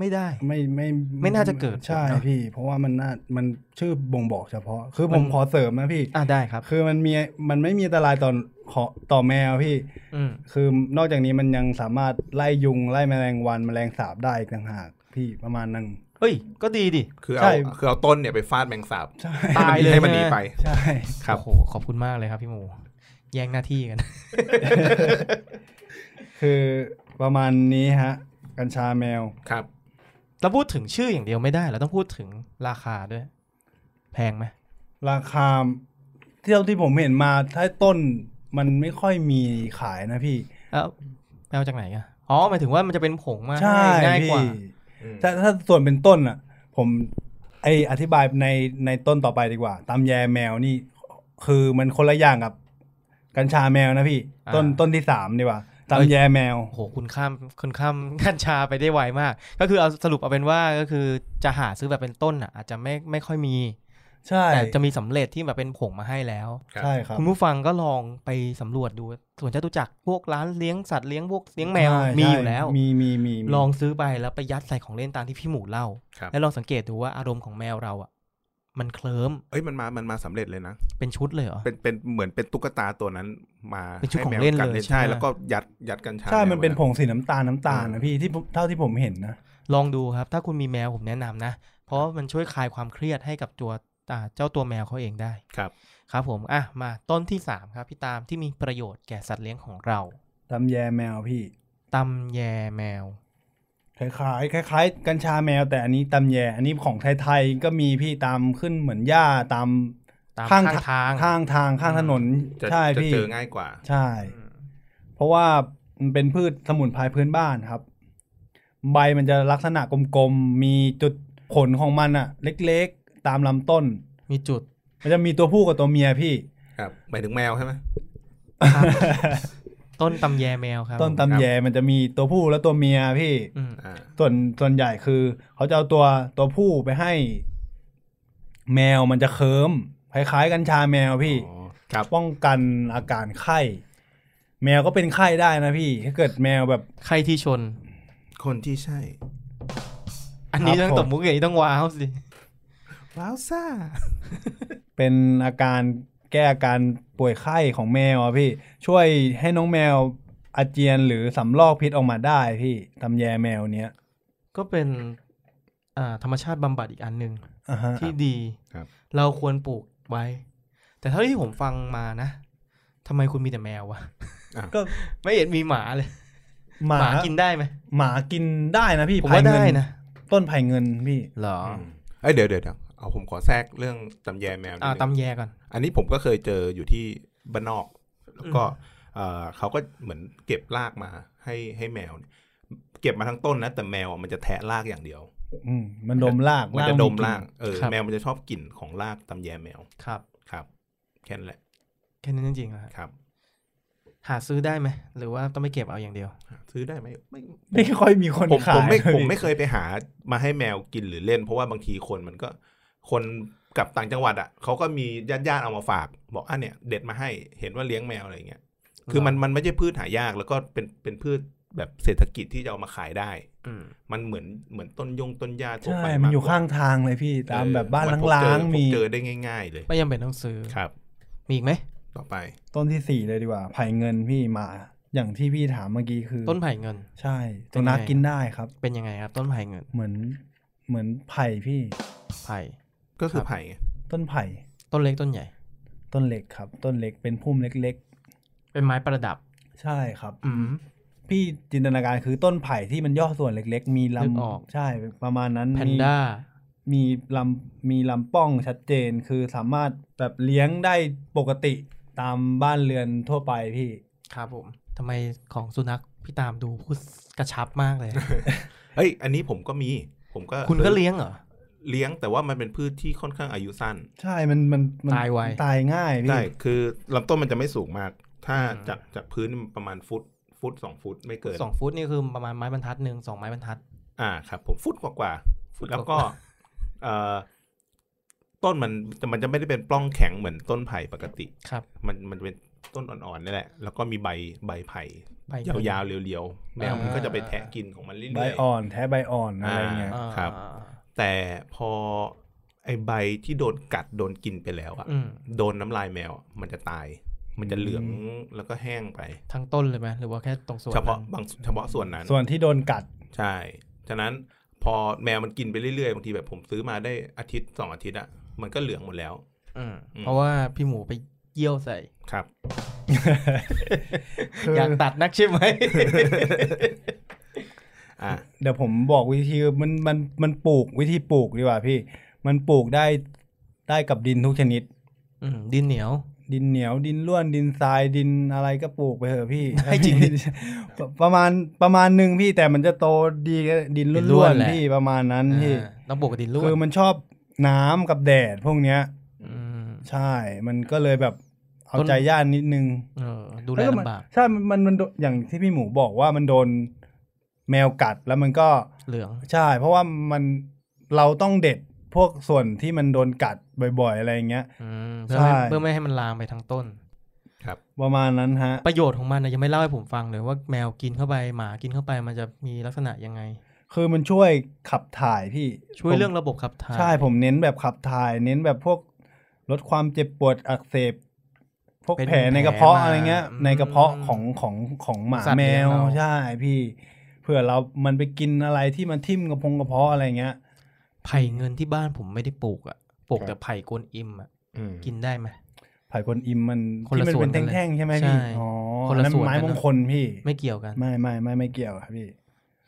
S3: ไม่ได้
S2: ไม่ไม่
S3: ไม่น่าจะเกิด
S2: ใช่
S3: เนอะ
S2: พี่ เพราะว่ามันน่ามันชื่อบ่งบอกเฉพาะ คือผม
S3: มัน
S2: ขอเสริมนะพี่
S3: อ่ะได้ครับ
S2: คือมันมีมันไม่มีอันตรายต่อขอต่อแมวพี่
S3: อืม
S2: คือนอกจากนี้มันยังสามารถไล่ยุงไล่แมลงวันแมลงสาบได้อีกต่างหากพี่ประมาณนึง
S3: เอ้ย ก็ดีดิ
S4: คือ
S2: ใช่
S4: เอาคือเอาต้นเนี่ยไปฟาดแมงสาบ
S2: ใช่
S3: ตายเลย
S4: ให้มันหนี
S3: ใช่ไหม
S4: ไป
S2: ใช่
S4: ครับ
S3: โอ้โหขอบคุณมากเลยครับพี่หมู แย่งหน้าที่กัน
S2: คือประมาณนี้ฮะ กัญชาแมว
S4: ครับ
S3: เราพูดถึงชื่ออย่างเดียวไม่ได้ เราต้องพูดถึงราคาด้วย แพงไหม
S2: ราคาเที่ยวที่ผมเห็นมาถ้าต้น มันไม่ค่อยมีขายนะพี่
S3: แล้วแมวจากไหนอะอ๋อหมายถึงว่ามันจะเป็นผงมา
S2: ใช่
S3: ให้ง่าย
S2: พี่
S3: กว่า
S4: อืม
S2: ถ้าถ้าส่วนเป็นต้นอ่ะ ผม ไออธิบายในในต้นต่อไปดีกว่าตำแยแมวนี่ คือมันคนละอย่างกับ กัญชาแมวนะพี่
S3: อ่า
S2: ต้นต้นที่สามดีกว่า
S3: เอ้ย
S2: ตำแยแมว
S3: โอ้โหคุณข้ามคุณข้าม กัญชาไปได้ไวมาก ก็คือเอาสรุปเอาเป็นว่าก็คือจะหาซื้อแบบเป็นต้นอ่ะ อาจจะไม่ไม่ค่อยมี
S2: ใช่
S3: แต่จะมีสำเร็จที่แบบเป็นผงมาให้แล้ว
S2: ใช่ครับ
S3: คุณผู้ฟังก็ลองไปสำรวจดูส่วนจตุจักรพวกร้านเลี้ยงสัตว์เลี้ยงพวกเลี้ยงแมว
S2: ใช่
S3: มี
S2: ใช่
S3: อยู่แล้ว
S2: มีมีมีมี
S3: ลองซื้อไปแล้วไปยัดใส่ของเล่นตามที่พี่หมูเล่า
S4: ครับ
S3: แล้วลองสังเกตดูว่าอารมณ์ของแมวเราอ่ะ มันเคลิ้ม
S4: เอ้ยมันมามันมาสำเร็จเลยนะ
S3: เป็นชุดเลยเหรอ
S4: เป็นเป็นเหมือนเป็นตุ๊กตาตัวนั้นมา
S3: เป็นชุด
S4: ให้
S3: ของ
S4: แมว
S3: เล่น
S4: กัด
S3: เลย
S4: ใช่
S3: ใช่ไหม
S4: แล้วก็ยัดยัดกัญชา
S2: ใช่มัน
S4: แว
S2: เป็น
S4: ไว้
S2: ผงสีน้ำตาลน้ำตาลนะพี่ที่ผมเท่าที่ผมเห็นนะ
S3: ลองดูครับ ถ้าคุณมีแมวผมแนะนำนะ เพราะมันช่วยคลายความเครียดให้กับตัวอ่าเจ้าตัวแมวเขาเองได้
S4: ครับ
S3: ครับผม อ่ะ มาต้นที่ 3 ครับ พี่ตามที่มีประโยชน์แก่สัตว์เลี้ยงของเรา
S2: ตำแยแมวพี่
S3: ตำแยแมว
S2: คล้ายๆคล้ายๆกัญชาแมว แต่อันนี้ตำแย อันนี้ของไทยๆก็มีพี่ตามขึ้นเหมือนหญ้าตาม
S3: ตาม
S2: ท
S3: ข้างทาง
S2: ข้างทางข้างถนน
S4: จะ
S2: ใช่
S4: จะ
S2: พี่
S4: เจอง่ายกว่า
S2: ใช่ เพราะว่ามันเป็นพืชสมุนไพรพื้นบ้านครับ ใบมันจะลักษณะกลมๆมีจุดขนของมันอะเล็กๆตามลำต้น
S3: มีจุด
S2: มันจะมีตัวผู้กับตัวเมียพี่
S4: ครับหมายถึงแมวใช่ไหม
S3: ครับ ต้นตำแยแมวครับ
S2: ต้นตำแยมันจะมีตัวผู้และตัวเมียพี่
S3: อืม
S4: อ่า
S2: ส่วนส่วนใหญ่คือ เขาจะเอาตัวตัวผู้ไปให้ แมวมันจะเคิมคล้ายๆกัญชาแมวพี่
S4: อ๋อครับ
S2: ป้องกันอาการไข้ แมวก็เป็นไข้ได้นะพี่ ถ้าเกิดแมวแบบ
S3: ใครที่ชน
S4: คนที่ใช่
S3: อันนี้
S2: ครับ
S3: ต้องต
S2: ผ
S3: บ
S2: ม
S3: มุกอย่างนี้ต้องว้าวสิ
S4: ว้าวซ่า
S2: เป็นอาการแก้อาการป่วยไข้ของแมวอะพี่ ช่วยให้น้องแมวอาเจียนหรือสำลอกพิษออกมาได้พี่ตำแยแมวเนี้ย
S3: ก็เป็นอ่าธรรมชาติบำบัดอีกอันหนึ่ง
S2: อ่าฮะ
S3: ที่ดี
S4: ครับ
S3: เราควรปลูกไว้ แต่เท่าที่ผมฟังมานะทำไมคุณมีแต่แมววะ
S2: ก็
S3: ไม่เห็นมีหมาเลย
S2: ห
S3: ห
S2: มา
S3: มา
S2: กิ
S3: กิ
S2: น
S3: นได้ไหม
S2: หมากินได้นะพี่
S3: ผม
S2: พา
S3: ว่าย
S2: เงิ
S3: ได้
S2: น
S3: นะ
S2: ต้นไผ่เงินพี่
S3: เหรอ
S4: มเอ้ยเดี๋ยวเดี๋ยวเดี๋ยวเอาผมขอแทรกเรื่องตำแยแมวนิด
S3: อ่า
S4: นึง
S3: ตำแยก่อน
S4: อันนี้ผมก็เคยเจออยู่ที่บ้านนอก แล้วก็เอ่อเขาก็เหมือนเก็บรากมาให้ให้แมวเนี่ยเก็บมาทั้งต้นนะ แต่แมวอ่ะมันจะแทะรากอย่างเดียว
S2: อืมมันดมลาก
S4: มัน
S2: ลก
S4: จะดม
S2: กลิ่น
S4: รากเออ
S3: ครับ
S4: แมวมันจะชอบกลิ่นของรากตำแยแมว
S3: ครับ
S4: ครับ แค่นั้นแหละ
S3: แค่นั้นจริงๆเหรอฮะ
S4: ครับ
S3: หาซื้อได้ไหม หรือว่าต้องไปเก็บเอาอย่างเดียว
S4: ซื้อได้ไหมไม่
S2: ไม่ค่อยมีคน
S4: ผม
S2: ขา
S4: ผ
S2: ย
S4: มไม่
S2: เลย
S4: ผมไม่เคยไปหามาให้แมวกินหรือเล่น เพราะว่าบางทีคนมันก็ คนกลับต่างจังหวัดอ่ะเขาก็มีญาติญาติๆเอามาฝาก บอกอ่ะเนี่ยเด็ดมาให้เห็นว่าเลี้ยงแมวอะไรเงี้ยคือมันมันไม่ใช่พืชหายากแล้วก็เป็นเป็นพืชแบบเศรษฐกิจที่จะเอามาขายได้
S3: อืม
S4: มันเหมือนเหมือนต้นยงต้นหญ้าทั่ว
S2: ใช่
S4: ไป
S2: มัน
S4: กกว่
S2: อยู่ข้างทางเลยพี่ตาม
S4: เออ
S2: แบบบ้าน
S4: ผม
S2: ล้า
S4: เจอง
S2: ๆ
S4: ผ
S2: มี
S4: เจอได้ง่าย ๆ เลย
S3: ไม่จำเป็นต้องซื้อ
S4: ครับ
S3: มีอีกไหม
S4: ต่อไป
S2: ต้นที่สี่เลยดีกว่าไผ่เงินพี่หมา อย่างที่พี่ถามเมื่อกี้คือ
S3: ต้นไผ่เงิน
S2: ใช่
S3: เป็
S2: ตั
S3: น
S2: ว
S3: ยังไง
S2: นักกินได้ครับ
S3: เป็นยังไงครับ ต้นไผ่เงิน
S2: เหมือนเหมือนไผ่พี่
S3: ไผ่
S4: ก็คื
S3: ครั
S4: อบ ไผ่ไง
S2: ต้นไผ่
S3: ต้นเล็กต้นใหญ่
S2: ต้นเล็กครับ ต้นเล็กเป็นพุ่มเล็ก
S3: เป็นไม้ประดับ
S2: ๆ ใช่ครับ
S3: อืม
S2: พี่จินตนาการคือต้นไผ่ที่มันย่อส่วนเล็ก ๆ มี
S3: นึกออก
S2: ลำใช่ประมาณนั้น
S3: แพน
S2: มี
S3: ด้า
S2: มีลำมีลำป้องชัดเจนคือสามารถแบบเลี้ยงได้ปกติตามบ้านเรือนทั่วไปพี่
S3: ครับผมทำไมของสุนัขพี่ตามดูพูดกระชับมากเลย
S4: เอ้ย อันนี้ผมก็มีผมก็
S3: คุณก็เลี้ยงเหรอ
S4: เลี้ยงแต่ว่ามันเป็นพืชที่ค่อนข้างอายุสั้น
S2: ใช่มันมันมัน
S3: ตายไว
S2: ตายง่ายพี่
S4: ใช่คือลำต้นมันจะไม่สูงมาก ถ้า
S3: อืม
S4: จากจากพื้นมันประมาณฟุตฟุตสองฟุตไม่เกิน
S3: สองฟุตนี่คือประมาณไม้บรรทัดหนึ่งสองไม้บรรทัด
S4: อ่าครับผมฟุตกว่ากว่า
S3: ฟุตกว่า
S4: แล้วก็เอ่อต้นมันมันจะไม่ได้เป็นปล้องแข็งเหมือนต้นไผ่ปกติ
S3: ครับ
S4: มันมันจะเป็นต้นอ่อนๆนี่แหละ แล้วก็มีใบใบไผ่
S3: ใบ
S4: ยาวๆเรียวๆแมวมันก็จะไปแทะกินของมันเรื่อยๆ
S2: ใบอ่อนแท้ใบอ่อนอะไรเงี้ย
S4: อ่า
S3: อ่า
S4: ครับ แต่พอไอใบที่โดนกัดโดนกินไปแล้วอะ
S3: อืม
S4: โดนน้ำลายแมวอะมันจะตาย มันจะเหลืองแล้วก็แห้งไป
S3: ทั้งต้นเลยไหมหรือว่าแค่ตรงส่วน
S4: เฉพาะ
S3: นั้น
S4: บางเฉพาะส่วนนั้น
S2: ส่วนที่โดนกัด
S4: ใช่ ฉะนั้นพอแมวมันกินไปเรื่อยๆบางทีแบบผมซื้อมาได้อาทิตย์สองอาทิตย์อะมันก็เหลืองหมดแล้ว
S3: อืม
S4: อืม
S3: เพราะว่าพี่หมูไปเยี่ยวใส่
S4: ครับ
S2: คือ
S3: อยากตัดนักใช่ไหม
S4: อ่ะ
S2: เดี๋ยวผมบอกวิธีมันมันมันปลูกวิธีปลูกดีกว่าพี่ มันปลูกได้ได้กับดินทุกชนิด
S3: อืมดินเหนียว
S2: ดินเหนียวดินร่วนดินทรายดินอะไรก็ปลูกไปเถอะ พี่
S3: ได้จริงดิ
S2: ประมาณประมาณหนึ่งพี่แต่มันจะโตดีกับดิน
S3: ดินร่
S2: ร่
S3: ว
S2: วน น
S3: แหละ
S2: ๆพี่ประมาณนั้นพี่
S3: อ่าต้องบวกกับดินร่ว
S2: คือน มันชอบน้ำกับแดดพวกเนี้ย
S3: ม
S2: ใช่ มันก็เลยแบบเอา
S3: ต้น
S2: ใจย่านนิดนึง
S3: เออดูแล
S2: แล้วก็มัน
S3: ลำบาก
S2: ใช่มันมันมันโดนอย่างที่พี่หมูบอกว่ามันโดนแมวกัดแล้วมันก็
S3: เหลือง
S2: ใช่ เพราะว่ามันเราต้องเด็ดพวกส่วนที่มันโดนกัดบ่อยๆ อะไรอย่างเงี้ย
S3: อืมเพื่อไม่
S2: ใช่
S3: เพื่อไม่ให้มันลามไปทั้งต้น
S2: ประมาณนั้นฮะ
S3: ประโยชน์ของมันนะยังไม่เล่าให้ผมฟังเลยว่าแมวกินเข้าไปหมากินเข้าไปมันจะมีลักษณะยังไง
S2: คือมันช่วยขับถ่ายพี่
S3: ช่วย
S2: ผม
S3: เรื่องระบบขับถ่าย
S2: ใช่ผมเน้นแบบขับถ่าย เน้นแบบพวกลดความเจ็บปวดอักเสบ พวก
S3: เป็น
S2: แผลในกระเพาะอะไรเงี้ย
S3: อืม
S2: ในกระเพาะของของของหมา
S3: สัตว์
S2: แม
S3: เลี้ยง
S2: ว
S3: เรา
S2: ใช่พี่เผื่อเรา มันไปกินอะไรที่มันทิ่มกระพงกระเพาะอะไรเงี้ย
S3: ไผ่เงินที่บ้านผมไม่ได้ปลูกอะปลูก
S4: ครับ
S3: แต่ไผ่กวนอิมอะ
S4: อืม
S3: กินได้ไหม
S2: ไผ่คนอิมมัน
S3: คน
S2: ที่
S3: ละ
S2: มัน
S3: ส่วน
S2: เป็น
S3: กันเลย
S2: แท่งๆใช่ไหม
S3: ใช่
S2: พี่อ๋อ
S3: คนละ
S2: อันนั้น
S3: ส่วน
S2: ไม้
S3: กัน
S2: มง
S3: นะ
S2: คลพี่
S3: ไม่เกี่ยวกัน
S2: ไม่ไม่ไม่ไม่เกี่ยวครับพี่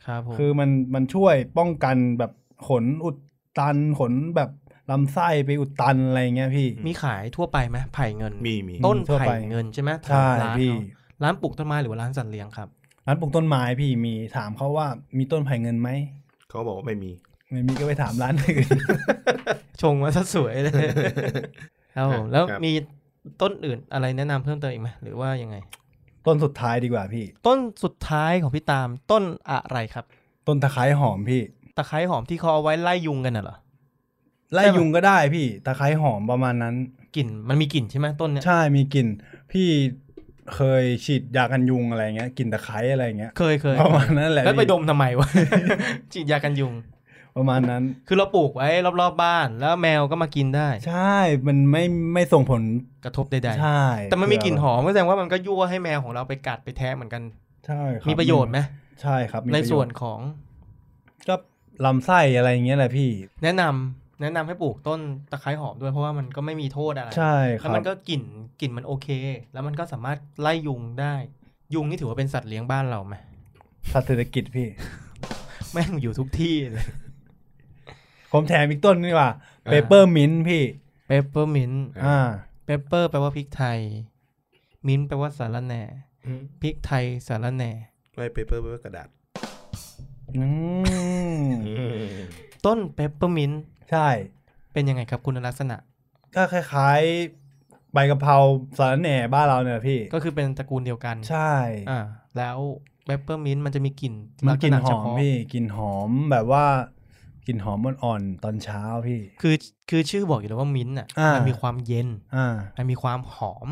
S3: ครับผม
S2: คือมันมันช่วยป้องกันแบบขนอุดตันขนแบบลำไส้ไปอุดตันอะไรเงี้ยพี่
S3: มีขายทั่วไปไหมไผ่เงิน
S4: มีมี
S3: ต้น
S2: ทั่วไป
S3: ไผ่เงินใช่ไหม
S2: ใช่
S3: ถามร้าน
S2: พี่
S3: เนอะร้านปลูกต้นไม้หรือว่าร้านสัตว์เลี้ยงครับ
S2: ร้านปลูกต้นไม้พี่มีถามเขาว่ามีต้นไผ่เงินไหม
S4: เขาบอกว่าไม่มี
S2: ไม่มีก็ไปถามร้านอื่น
S3: ชงมาซะสวย เลยครับผมแล้ว
S4: ครับ
S3: มีต้นอื่นอะไรแนะนำเพิ่มเติมอีกไหมหรือว่ายังไง
S2: ต้นสุดท้ายดีกว่าพี่
S3: ต้นสุดท้ายของพี่ตามต้นอะไรครับ
S2: ต้นตะไคร้หอมพี่
S3: ตะไคร้หอมที่เขาเอาไว้ไล่ยุงกันน่ะเหรอ
S2: ไล่ยุงก็ได้พี่ตะไคร้หอมประมาณนั้น
S3: กลิ่นมันมีกลิ่นใช่ไหมต้นเนี้ย
S2: ใช่มีกลิ่น พี่เคยฉีดยากันยุงอะไรเงี้ยกลิ่นตะไคร้อะไรเงี้ย
S3: เคยเคย
S2: ประมาณนั้นแหละ
S3: แล้วไป
S2: พี่
S3: ดมทำไมวะ ฉีดยากันยุง
S2: ประมาณนั้น
S3: คือเราปลูกไว้รอบๆบ้าน แล้วแมวก็มากินได้
S2: ใช่มันไม่ไม่ส่งผล
S3: กระทบใด
S2: ใช่
S3: ๆแต่มันมีกลิ่นหอมก็แสดงว่ามันก็ยั่วให้แมวของเราไปกัดไปแทะเหมือนกัน
S2: ใช่คบ
S3: มีประโยชน์ไหม
S2: ใช่ครับมี
S3: ใน
S2: ประโยช
S3: ส่วนของ
S2: ก็ลำไส้อะไรเงี้ยแหละพี่
S3: แนะนำแนะนำให้ปลูกต้นตะไคร้หอมด้วยเพราะว่ามันก็ไม่มีโทษอะไร
S2: ใช่ค
S3: แล้ว
S2: รั
S3: มั
S2: บ
S3: นก็กลิ่นกลิ่นมันโอเค แล้วมันก็สามารถไล่ยุงได้ ยุงนี่ถือว่าเป็นสัตว์เลี้ยงบ้านเราไหม
S2: สัตว์เศรษฐกิจพี่
S3: แม่งอยู่ทุกที่เลย
S2: ผมแถมอีกต้นนี่ว่า
S4: อ่า
S2: เปเปอร์มินพี่
S3: เปเปอร์มิน
S4: อ่า
S2: อ่า
S3: เปปเปอร์แปลว่าพริกไทย มิ้นท์แปลว่าสาระแหน่พริกไทยสาระแหน่
S4: ไม่เปเปอร์กระดาษ
S2: อืม
S3: ต้นเปปเปอร์มินท์
S2: ใช่
S3: เป็นยังไงครับคุณลักษณะ
S2: ก็คล้ายๆ ใบกะเพราสาระแหน่บ้านเราเนี่ยแหละพี่
S3: ก็คือเป็นตระกูลเดียวกัน
S2: ใช่
S3: อ่าแล้วเปปเปอร์มินท์มันจะมีกลิ่น
S2: มันกลิ่น
S3: ลั
S2: ห
S3: ษณะเฉ
S2: อม
S3: พาะ
S2: พี่กลิ่นหอมแบบว่ากลิ่นหอมอ่อนๆตอนเช้าพี่
S3: คือคือชื่อบอกอยู่แล้วว่ามิ้นท์อ่ะ
S2: อ่ามั
S3: มันมีความเย็น
S2: อ่า
S3: มันมีความหอม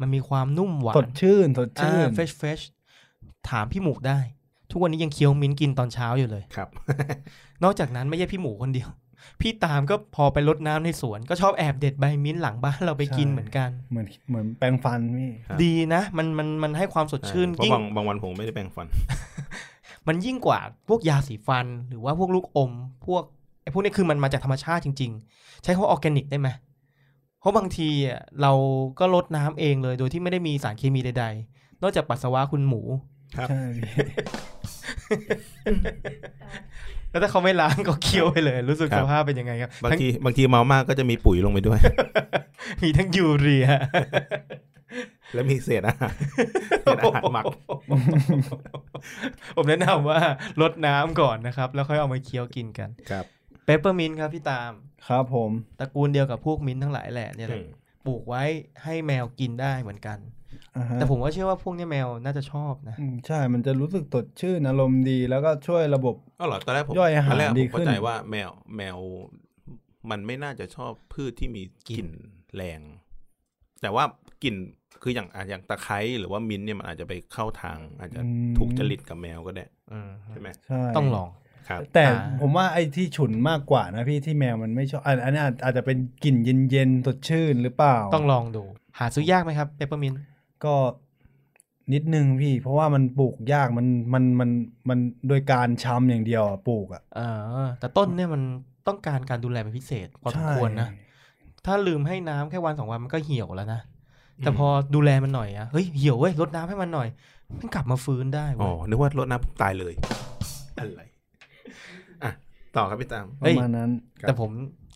S3: มันมีความนุ่มหวา
S2: ส
S3: น
S2: ดชื่นสด
S3: อ่า
S2: ชื่น
S3: เฟชเฟชถามพี่หมูได้ ทุกวันนี้ยังเคี้ยวมิ้นท์กินตอนเช้าอยู่เลย
S4: ครับ
S3: นอกจากนั้นไม่ใช่พี่หมูคนเดียว พี่ตามก็พอไปรดน้ำในสวน ก็ชอบแอบเด็ดใบมิ้นท์หลังบ้านเราไปกิน
S2: ใช่
S3: เหมือนกัน
S2: เหมือนเหมือนแปรงฟันพี่
S4: ครับ
S3: ดีนะ มันมันมันให้ความสดชื่น
S4: เพราะ
S3: ยิ่ง
S4: บางบางวันผมไม่ได้แปรงฟัน
S3: มันยิ่งกว่าพวกยาสีฟัน หรือว่าพวกลูกอม พวกไอ้พวกนี้คือมันมาจากธรรมชาติจริง ๆ ใช้คำว่าออร์แกนิกได้ไหมเพราะบางทีอ่ะเราก็รดน้ำเองเลย โดยที่ไม่ได้มีสารเคมีใด ๆ นอกจากปัสสาวะคุณหมู
S4: ครับ
S2: ใช่พี่
S3: แล้วถ้าเขาไม่ล้างก็เคี้ยวไปเลย รู้สึก
S4: ครั
S3: ส
S4: บ
S3: ภาพเป็นยังไงครับ
S4: บาง
S3: ทั้ง
S4: ทีบางทีเมามากก็จะมีปุ๋ยลงไปด้วย
S3: มีทั้งยูเรีย
S4: แล้วมีเศษอาหารเศษอาหารหมัก
S3: ผมแนะนำว่าลดน้ำก่อนนะครับ แล้วค่อยเอามาเคี้ยวกินกัน
S4: ครับ
S3: เปปเปอร์มินครับพี่ตาม
S2: ครับผม
S3: ตระกูลเดียวกับพวกมิ้นท์ทั้งหลายแหละเนี่ยแหละ
S4: อืม
S3: ปลูกไว้ให้แมวกินได้เหมือนกัน
S2: อ่าฮะ
S3: แต่ผมว่าเชื่อว่าพวกเนี้ยแมวน่าจะชอบนะ
S2: อืมใช่ มันจะรู้สึกสดชื่นอารมณ์ดี แล้วก็ช่วยระบบ
S4: ก็หรอตอนแรกผม
S2: ย่อยอาหาร
S4: ตนแรกผ
S2: ดี
S4: ม
S2: ขึ้น
S4: เข้าใจว่าแมวแมวมันไม่น่าจะชอบพืชที่มีกลิ่นแรง แต่ว่ากลิ่นคืออย่างอ่ะอย่างตะไคร้หรือว่ามิ้นท์เนี่ยมันอาจจะไปเข้าทาง อาจจะ
S2: อืม
S4: ถูกจริตกับแมวก็ได้
S3: อืม
S4: ใช่ไหม
S2: ใช่
S3: ต้องลอง
S4: ครับ
S2: แต่
S3: อ่า
S2: ผมว่าไอ้ที่ฉุนมากกว่านะพี่ที่แมวมันไม่ชอบอันอันนี้อาจอาจจะเป็นกลิ่นเย็นๆสดชื่นหรือเปล่า
S3: ต้องลองดู หาซื้อยากไหมครับเปปเปอร์มินท์
S2: ก็นิดนึงพี่ เพราะว่ามันปลูกยากมันมันมันมันโดยการช้ำอย่างเดียวอะปลูกอ่ะ
S3: เออ แต่ต้นเนี่ยมันต้องการการดูแลเป็นพิเศษพอสมควรนะ
S2: ใช่
S3: ถ้าลืมให้น้ำแค่วันสองวันมันก็เหี่ยวแล้วนะ
S4: อืม
S3: แต่พอดูแลมันหน่อยอะเฮ้ยเหี่ยวเว้ยรดน้ำให้มันหน่อย มันกลับมาฟื้นได้
S4: อ๋อ
S3: เว้ย
S4: นึกว่ารดน้ำผมตายเลย อะไรอ่ะต่อครับพี่ตาม
S2: ป
S3: เฮ้
S2: ระ
S3: ย
S2: มาณนั้น
S3: แต่ผม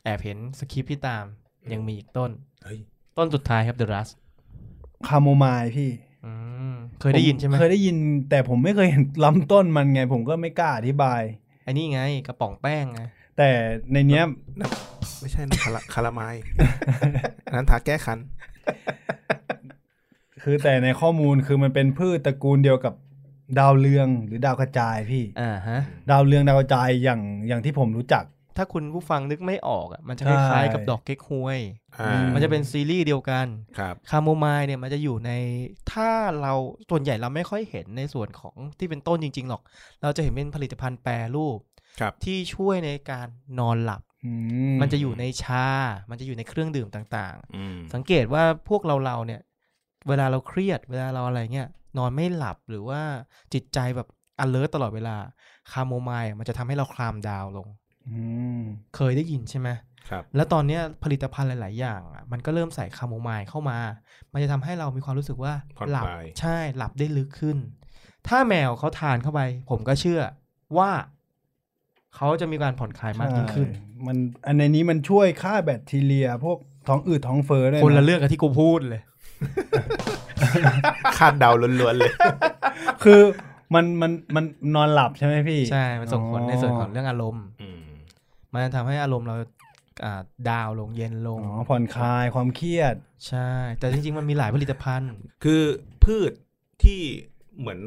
S3: แอบเห็นสคริปต์พี่ตามยังมีอีกต้น
S4: เฮ้ย
S3: ต้นสุดท้ายครับ The Rust
S2: คาโมไมล์พี่
S3: อืมเคยได้ยินใช่ไหม
S2: ผเคยได้ยิน แต่ผมไม่เคยเห็น ลำต้นมันไง ผมก็ไม่กล้าอธิบาย
S3: ไอ้นี่ไงกระป๋องแป้งไง
S2: แต่ในเนี้ย
S4: ไม่ใช่นะคาราคาราไมล์อันนั้นทาแก้คัน
S2: คือแต่ในข้อมูลคือมันเป็นพืชตระกูลเดียวกับดาวเรืองหรือดาวกระจายพี่
S3: อ่าฮะ
S2: ดาวเรืองดาวกระจายอย่างอย่างที่ผมรู้จัก
S3: ถ้าคุณผู้ฟังนึกไม่ออกอ่ะมันจะ
S2: ใช่
S3: คล้ายๆกับดอกเก๊กฮวย
S4: อ่า
S2: อื
S3: มันจะเป็นซีรีส์เดียวกัน
S4: ครับ
S3: คาโมไมล์เนี่ยมันจะอยู่ในถ้าเราส่วนใหญ่เราไม่ค่อยเห็นในส่วนของที่เป็นต้นจริง ๆ หรอก เราจะเห็นเป็นผลิตภัณฑ์แปรรูป
S4: ครับ
S3: ที่ช่วยในการนอนหลับ
S2: อื
S3: มันจะอยู่ในชา มันจะอยู่ในเครื่องดื่มต่าง
S4: อืม
S3: ๆ สังเกตว่าพวกเราเราๆเนี่ย เวลาเราเครียด เวลาเราอะไรเงี้ย นอนไม่หลับหรือว่าจิตใจแบบ alert ตลอดเวลา คาโมไมล์มันจะทำให้เราคลามดาวน์ลง
S2: อืม
S3: เคยได้ยินใช่ไหม
S4: ครับ
S3: แล้วตอนเนี้ยผลิตภัณฑ์หลาย ๆ อย่างอ่ะมันก็เริ่มใส่คาโมไมล์เข้ามา มันจะทำให้เรามีความรู้สึกว่า
S4: ผ่อน
S3: หลั
S4: คลาย
S3: ใช่หลับได้ลึกขึ้น ถ้าแมวเขาทานเข้าไป ผมก็เชื่อว่าเขาจะมีการผ่อนคลายมากยิ่งขึ้น
S2: ใช่มันอันในนี้มันช่วยฆ่าแบคทีเรีย พวกท้องอืดท้องเฟ้อด้วย
S3: คนละ
S2: นะ
S3: เรื่องกับที่กูพูดเลย
S4: คาดเดาล้วนๆเลย
S2: คือมันมันมันนอนหลับใช่ไหมพี่
S3: ใช่ มันส่งผลในส่วนของเรื่องอารมณ์
S4: อืม
S3: มันทำให้อารมณ์เราอ่าดาวน์ลงเย็นล
S2: อ๋
S3: ง
S2: อผ่อนคลายความเครียด
S3: ใช่ แต่จริง ๆ มันมีหลายผลิตภัณฑ์
S4: คือพืชที่เหมือน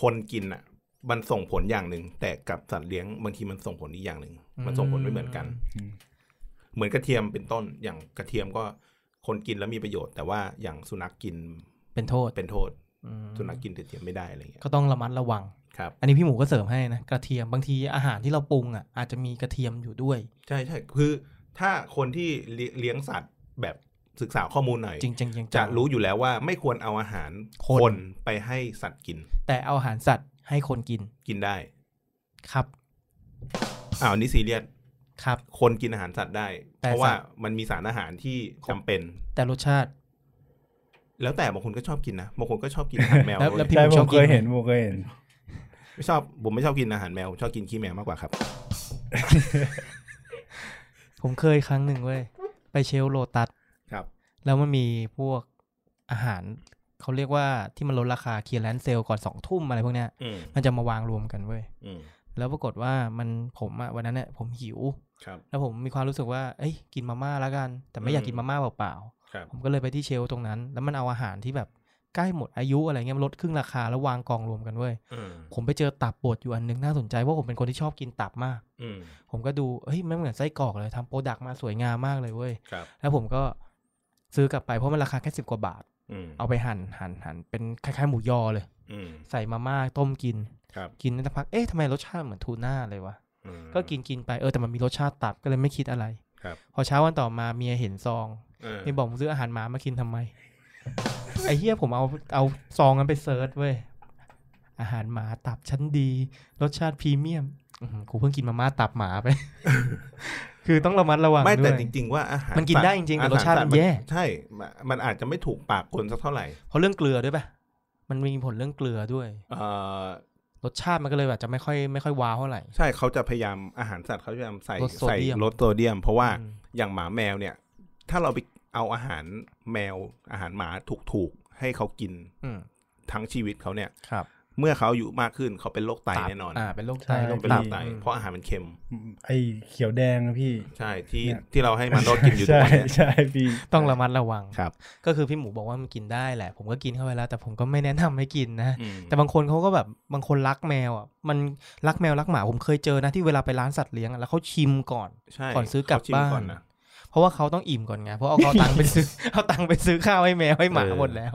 S4: คนกินอ่ะ มันส่งผลอย่างหนึ่งแต่กับสัตว์เลี้ยงบางทีมันส่งผลอีกอย่างหนึ่งมันส่งผลไม่เหมือนกัน
S2: อืม
S4: เหมือนกระเทียมเป็นต้นอย่างกระเทียมก็คนกินแล้วมีประโยชน์ แต่ว่าอย่างสุนัขกิน
S3: เป็นโทษ
S4: เป็นโทษ
S3: อืม
S4: สุนัขกินกระเทียมไม่ได้อะไรเงี้ย
S3: ก็ต้องระมัดระวัง
S4: ครับ
S3: อันนี้พี่หมูก็เสริมให้นะกระเทียมบางทีอาหารที่เราปรุงอ่ะอาจจะมีกระเทียมอยู่ด้วย
S4: ใช่ใช่คือถ้าคนที่เลี้ยเลี้ยงสัตว์แบบศึกษาข้อมูลหน่อย
S3: จริงๆจริงๆจริงๆ
S4: จะรู้อยู่แล้วว่าไม่ควรเอาอาหารคนไปให้สัตว์กิน
S3: แต่เอาอาหารสัตว์ให้คนกิน
S4: กินได้
S3: ครับ
S4: อ้าวอันนี่ซีเรียส
S3: ครับ
S4: คนกินอาหารสัตว์ได้
S3: แต่
S4: เพราะว่า
S3: สัตว์
S4: มันมีสารอาหารที่จำเป็น
S3: แต่รสชาติ
S4: แล้วแต่บางคนก็ชอบกินนะบางคนก็ชอบกินอาหารแมว
S3: แล้วแล้วพี่
S2: ใช่
S3: หมู
S2: ผ
S3: ชอ
S2: ม
S3: บกิ
S2: เคน ย
S3: ไหม
S2: เห็นผมเคยเห็น
S4: ไม่ชอบผมไม่ชอบกินอาหารแมวผมชอบกินขี้แมวมากกว่าครับ
S3: ผมเคยครั้งหนึ่งเว้ยไปเชลโลตัส
S4: ครับ
S3: แล้วมันมีพวกอาหารเขาเรียกว่าที่มันลดราคาเคลียร์แลนเซลก่อนสองทุ่มอะไรพวกเนี้ย
S4: อืม
S3: มันจะมาวางรวมกันเว้ย
S4: อืม
S3: แล้วปรากฏว่ามันผมอะวันนั้นเนี่ยผมหิว
S4: ครับ
S3: แล้วผมมีความรู้สึกว่าเอ้ยกินมาม่าแล้วกัน แต่ไม่อยากกินมาม่าเปล่าๆ
S4: ครับ
S3: ผมก็เลยไปที่เชลฟ์ตรงนั้น แล้วมันเอาอาหารที่แบบใกล้หมดอายุอะไรเงี้ยมันลดครึ่งราคาแล้ววางกองรวมกันเว้ย
S4: อืม
S3: ผมไปเจอตับบดอยู่อันนึงน่าสนใจเพราะผมเป็นคนที่ชอบกินตับมาก
S4: อืม
S3: ผมก็ดูเฮ้ยมันเหมือนไส้กรอกเลยทำโปรดักต์มาสวยงามมากเลยเว้ย
S4: ครับ
S3: แล้วผมก็ซื้อกลับไปเพราะมันราคาแค่สิบกว่าบาท
S4: อืม
S3: เอาไปหั่นหั่นหั่นเป็นคล้ายๆหมูยอเลย
S4: อืม
S3: ใส่มาม่าต้มกิน
S4: ครับ
S3: กินสักพัก เอ๊ะทำไมรสชาติเหมือนทูน่าเลยวะ
S4: อืม
S3: ก็กินกินไปเออแต่มันมีรสชาติตับก็เลยไม่คิดอะไร
S4: ครับ
S3: พอเช้าวันต่อมาเมียเห็นซอง
S4: เออ
S3: ไม่บอกผมซื้ออาหารหมามากินทำไม ไอ้เหี้ยผมเอาเอาซองนั้นไปเซิร์ชเว้ย อาหารหมาตับชั้นดี รสชาติพรีเมียมอื้อหือกูเพิ่งกินมาม่าตับหมาไป คือต้องระมัดระวัง
S4: ไม่แต่
S3: ด้วย
S4: จริง ๆ ว่าอาหาร
S3: มันกินได้จริงๆแต่รสชาติมันแย่
S4: ใช่มันมันอาจจะไม่ถูกปากคนสักเท่าไหร่
S3: เพราะเรื่องเกลือด้วยปะมันมีผลเรื่องเกลือด้วย
S4: เออ
S3: รสชาติมันก็เลยแบบจะไม่ค่อยไม่ค่อยว้าวเท่าไหร่
S4: ใช่เขาจะพยายามอาหารสัตว์เขาจะพยายามใส่
S3: ลดโซ
S4: ใส่
S3: เดียม
S4: ลดโซเดียม เพราะว่า
S3: อืม
S4: อย่างหมาแมวเนี่ย ถ้าเราไปเอาอาหารแมวอาหารหมาถูกๆ ให้เขากิน
S3: อืม
S4: ทั้งชีวิตเขาเนี่ย
S3: ครับ
S4: เมื่อเขาอายุมากขึ้นเขาเป็นโรคไตแน่นอน
S3: อ่าเป็นโรคไต
S2: ใช่
S3: โรค
S4: เป็น
S3: ตั
S4: โร
S3: บ
S4: คไตเพราะอาหารมันเค็ม
S2: ไอเขียวแดงนะพี่
S4: ใช่ที่
S2: เนี่ย
S4: ที่เราให้มันรดกินอยู่ทุก
S2: ใช่
S4: วันเนี่ย
S2: ใช่พี่
S3: ต้องระมัดระวัง
S4: ครับ
S3: ก็คือพี่หมูบอกว่ามันกินได้แหละ ผมก็กินเข้าไปแล้ว แต่ผมก็ไม่แนะนำให้กินนะ
S4: อืม
S3: แต่บางคนเขาก็แบบบางคนรักแมวอ่ะมันรักแมวรักหมาผมเคยเจอนะที่เวลาไปร้านสัตว์เลี้ยงอะแล้วเขาชิมก่อน
S4: ใช่
S3: ก่อนซื้อกลับ
S4: เขชิม
S3: บ้าน
S4: ก่อนะ
S3: เพราะว่าเขาต้องอิ่มก่อนไงเพราะเอาเขาตังค์ไปซื้อ เอาตังค์ไปซื้อข้าวให้แมวให้หมา
S4: เออ
S3: หมดแล้ว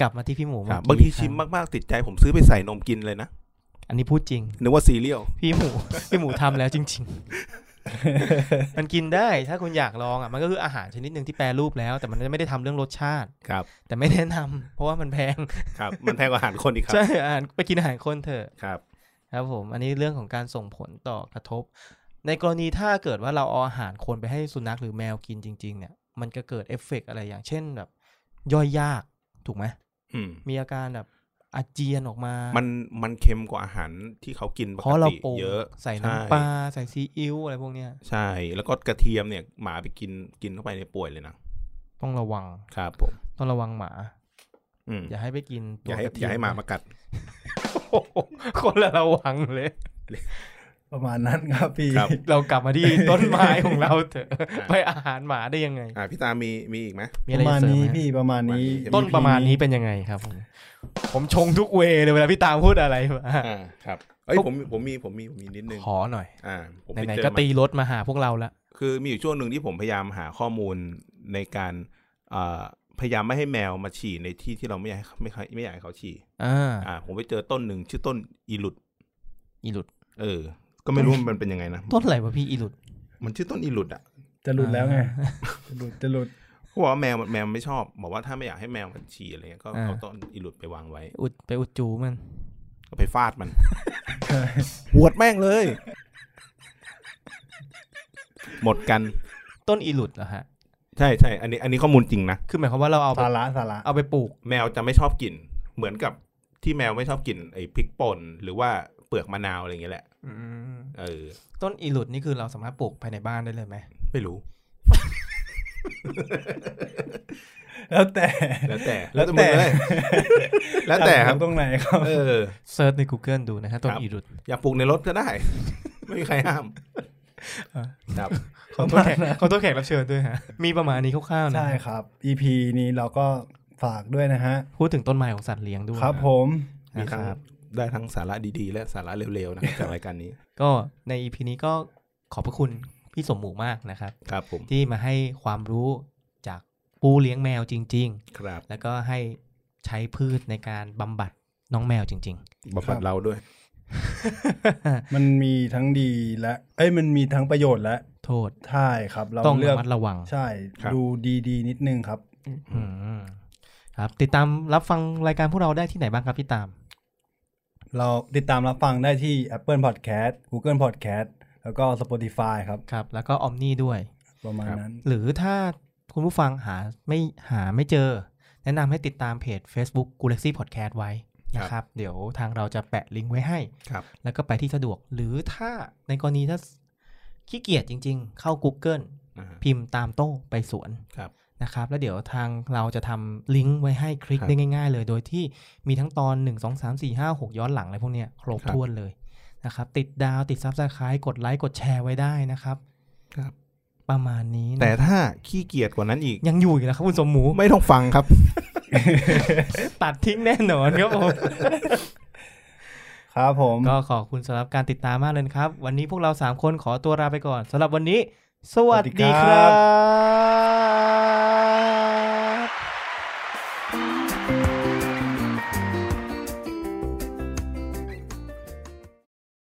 S3: กลับมาที่พี่หมู
S4: ครับ
S3: เมื่อ
S4: บา
S3: ง กี้
S4: ทีชิมมากๆติดใจผมซื้อไปใส่นมกินเลยนะ
S3: อันนี้พูดจริง
S4: นึกว่าซีเรียล
S3: พี่หมู พี่หมูทำแล้วจริง ๆ มันกินได้ถ้าคุณอยากลองอ่ะมันก็คืออาหารชนิดหนึ่งที่แปรรูปแล้ว แต่มันไม่ได้ทำเรื่องรสชาติ
S4: ครับ
S3: แต่ไม่แนะนำเพราะว่ามันแพง
S4: ครับ มันแพงกว่าอาหารคนอีกครั
S3: ใช่
S4: บ
S3: อาหารไปกินอาหารคนเถอะ
S4: ครับ
S3: ครับผมอันนี้เรื่องของการส่งผลต่อกระทบ ในกรณีถ้าเกิดว่าเราเอาอาหารคนไปให้สุนัขหรือแมวกินจริง ๆ เนี่ย มันจะเกิดเอฟเฟกต์อะไรอย่างเช่นแบบ ย่อยยากถูกไหม
S4: อืม
S3: มีอาการแบบอาเจียนออกมา
S4: มั
S3: มัน
S4: มันเค็มกว่าอาหารที่เขากินป
S3: เพ
S4: ก
S3: ราะเรา
S4: ติ
S3: ปรุง
S4: เยอะ
S3: ใส่
S4: ใช่
S3: น้ำปลาใส่ซีอิ๊วอะไรพวกเนี้ย
S4: ใช่ แล้วก็กระเทียมเนี่ยหมาไปกินกินเข้าไปในยป่วยเลยนะ
S3: ต้องระวัง
S4: ครับผม
S3: ต้องระวังหมา
S4: อืม
S3: อย่าให้ไปกิน
S4: อ
S3: ตัว
S4: ย่าให้
S3: กระ
S4: อ
S3: เทีม
S4: ย่าให้หมามากัด
S3: โอ้โหคนละระวังเลย
S2: ประมาณนั้นครับพี่
S4: ครับ
S3: เรากลับมาที่ต้นไม้ของเราเถ อะ
S4: อ่า
S3: ไปอาหารหมาได้ยังไง
S4: อ่าพี่ตามีมีอีกไหม
S2: ป
S3: มีอะไร
S2: ระมาณ
S3: จะเสริม
S2: นี้
S3: ไหม
S2: พี่ประมาณนี้
S4: ประมาณนี้
S3: ต้นประมาณนี้เป็นยังไงครับผมผมชงทุกเวย์เลยเวลาพี่ตามพูดอะไรมา
S4: อ่าครับเอ้ยผมผมมีผมมีผมมีนิดนึง
S3: ขอหน่อย
S4: อ่าผมป
S3: ไหน
S4: เจ
S3: ๆ
S4: อ
S3: ก็
S4: มา
S3: ตีรถมาหาพวกเราละ
S4: คือมีอยู่ช่วงหนึ่งที่ผมพยายามหาข้อมูลในการเอ่อพยายามไม่ให้แมวมาฉี่ในที่ที่เราไม่อยากให้ไม่ให้ไม่อยากให้เขาฉี่
S3: อ่า
S4: อ่า ผมไปเจอต้นหนึ่งชื่อต้นอีหลุด
S3: อีหลุด
S4: เออ ก็ไม่รู้ว่ามันเป็นยังไงนะ
S3: ต้นอะไรวะพี่อีหลุด
S4: มันชื่อต้นอีหลุดอ่ะ
S2: จะหลุดแล้วไง จะหลุดจะหลุด
S4: เขาบอกว่าแมวมันแมวมันไม่ชอบ บอกว่าถ้าไม่อยากให้แมวมันฉี่อะไรเงี้ยก็
S3: อ่า
S4: เอาต้นอีหลุดไปวางไว้
S3: อุดไปอุดจูมัน
S4: ก็ไปฟาดมัน หวดแม่งเลย หมดกัน
S3: ต้นอีหลุดเหรอฮะ
S4: ใช่ใช่อันนี้ อันนี้ข้อมูลจริงนะ
S3: คือหมายความว่าเราเอาไป
S2: สาระสาระ
S3: เอาไปปลูก
S4: แมวจะไม่ชอบกลิ่น เหมือนกับที่แมวไม่ชอบกลิ่นไอ้พริกป่นหรือว่าเปลือกมะนาวอะไรอย่างเงี้ยแหละ เออ
S3: ต้นอีหลุดนี่คือเราสามารถปลูกภายในบ้านได้เลยไหม
S4: ไม่รู้
S2: แล้วแต่
S4: แล้วแต่
S2: แล้
S4: แล้ว
S2: วแต่
S4: แต่เลยแล้วแต่ ครับ
S2: ตรงไหนครับ
S4: เออ
S3: เซิร์ชใน Google ดูนะฮะต้น
S4: ครับ
S3: อีหลุด
S4: อย่าปลูกในรถก็ได้ ไม่มีใครห้าม ครับ
S3: ขอโทษแขกขอโทษแขกรับเชิญด้วย ฮะ มีประมาณนี้คร่าวๆนะ
S2: ใช่ครับ EP นี้เราก็ฝากด้วยนะฮะ
S3: พูดถึงต้นไม้ของสัตว์เลี้ยงด้วย
S2: ครับผม
S4: มีทั้ง
S3: นะครับ
S4: ได้ทั้งสาระดีๆ และสาระเร็วๆนะครับ จากรายการนี้
S3: ก็ใน EP นี้ก็ขอบพระคุณพี่สมหมูมากนะครับ
S4: ครับผม
S3: ที่มาให้ความรู้จากผู้เลี้ยงแมวจริง
S4: ครับ
S3: ๆ แล้วก็ให้ใช้พืชในการบำบัดน้องแมวจริง
S4: บำบัดเราด้วย
S3: ๆ
S2: มันมีทั้งดีและ เอ้ย มันมีทั้งประโยชน์และ
S3: โทษ
S2: ใช่ครับ เรา
S3: ต้อง
S2: เลือ
S3: ระ
S2: ก
S3: มัดระวัง
S2: ใช่
S4: ครับ
S2: ดูดีๆ นิดนึงครับ
S3: อืมครับติดตามรับฟังรายการพวกเราได้ที่ไหนบ้างครับพี่ตาม
S2: เราติดตามรับฟังได้ที่ Apple Podcast Google Podcast แล้วก็ Spotify ครับ
S3: ครับ แล้วก็ออมนี่ด้วย
S2: ประมาณนั้น
S3: หรือถ้าคุณผู้ฟังหาไม่หาไม่เจอ แนะนำให้ติดตามเพจ Facebook g a l a x y Podcast ไว้นะครับ เดี๋ยวทางเราจะแปะลิงก์ไว้ให้
S4: ครับ
S3: แล้วก็ไปที่สะดวก หรือถ้าในกรณีถ้าขี้เกียจจริงๆ เข้า Google
S4: อ่า
S3: พิมพ์ตามโต้ไปสวน
S4: ครับ
S3: นะครับ แล้วเดี๋ยวทางเราจะทำลิงก์ไว้ให้คลิก
S4: ครับ
S3: ได้ง่าย ๆ เลย โดยที่มีทั้งตอน 1 2 3 4 5 6 ย้อนหลังอะไรพวกเนี้ยครบ
S4: ครับ
S3: ถ้วนเลยนะครับติดดาวติดซับสไคร b e กดไลค์กดแชร์ไว้ได้นะครับ
S4: ครับ
S3: ประมาณนี้นะ
S4: แต่ถ้าขี้เกียจกว่านั้นอีก
S3: ยังอยู่อีกแล้วครับคุณสมหมู
S4: ไม่ต้องฟังครับ
S3: ตัดทิ้งแน่นอนครับผม
S2: ครับผม
S3: ก็ขอบคุณสำหรับการติดตามมากเลยนะครับ วันนี้พวกเรา 3 คนขอตัวลาไปก่อนสำหรับวันนี้ สวัส
S2: สวัสดี
S3: ดีค
S2: ครั
S3: รับ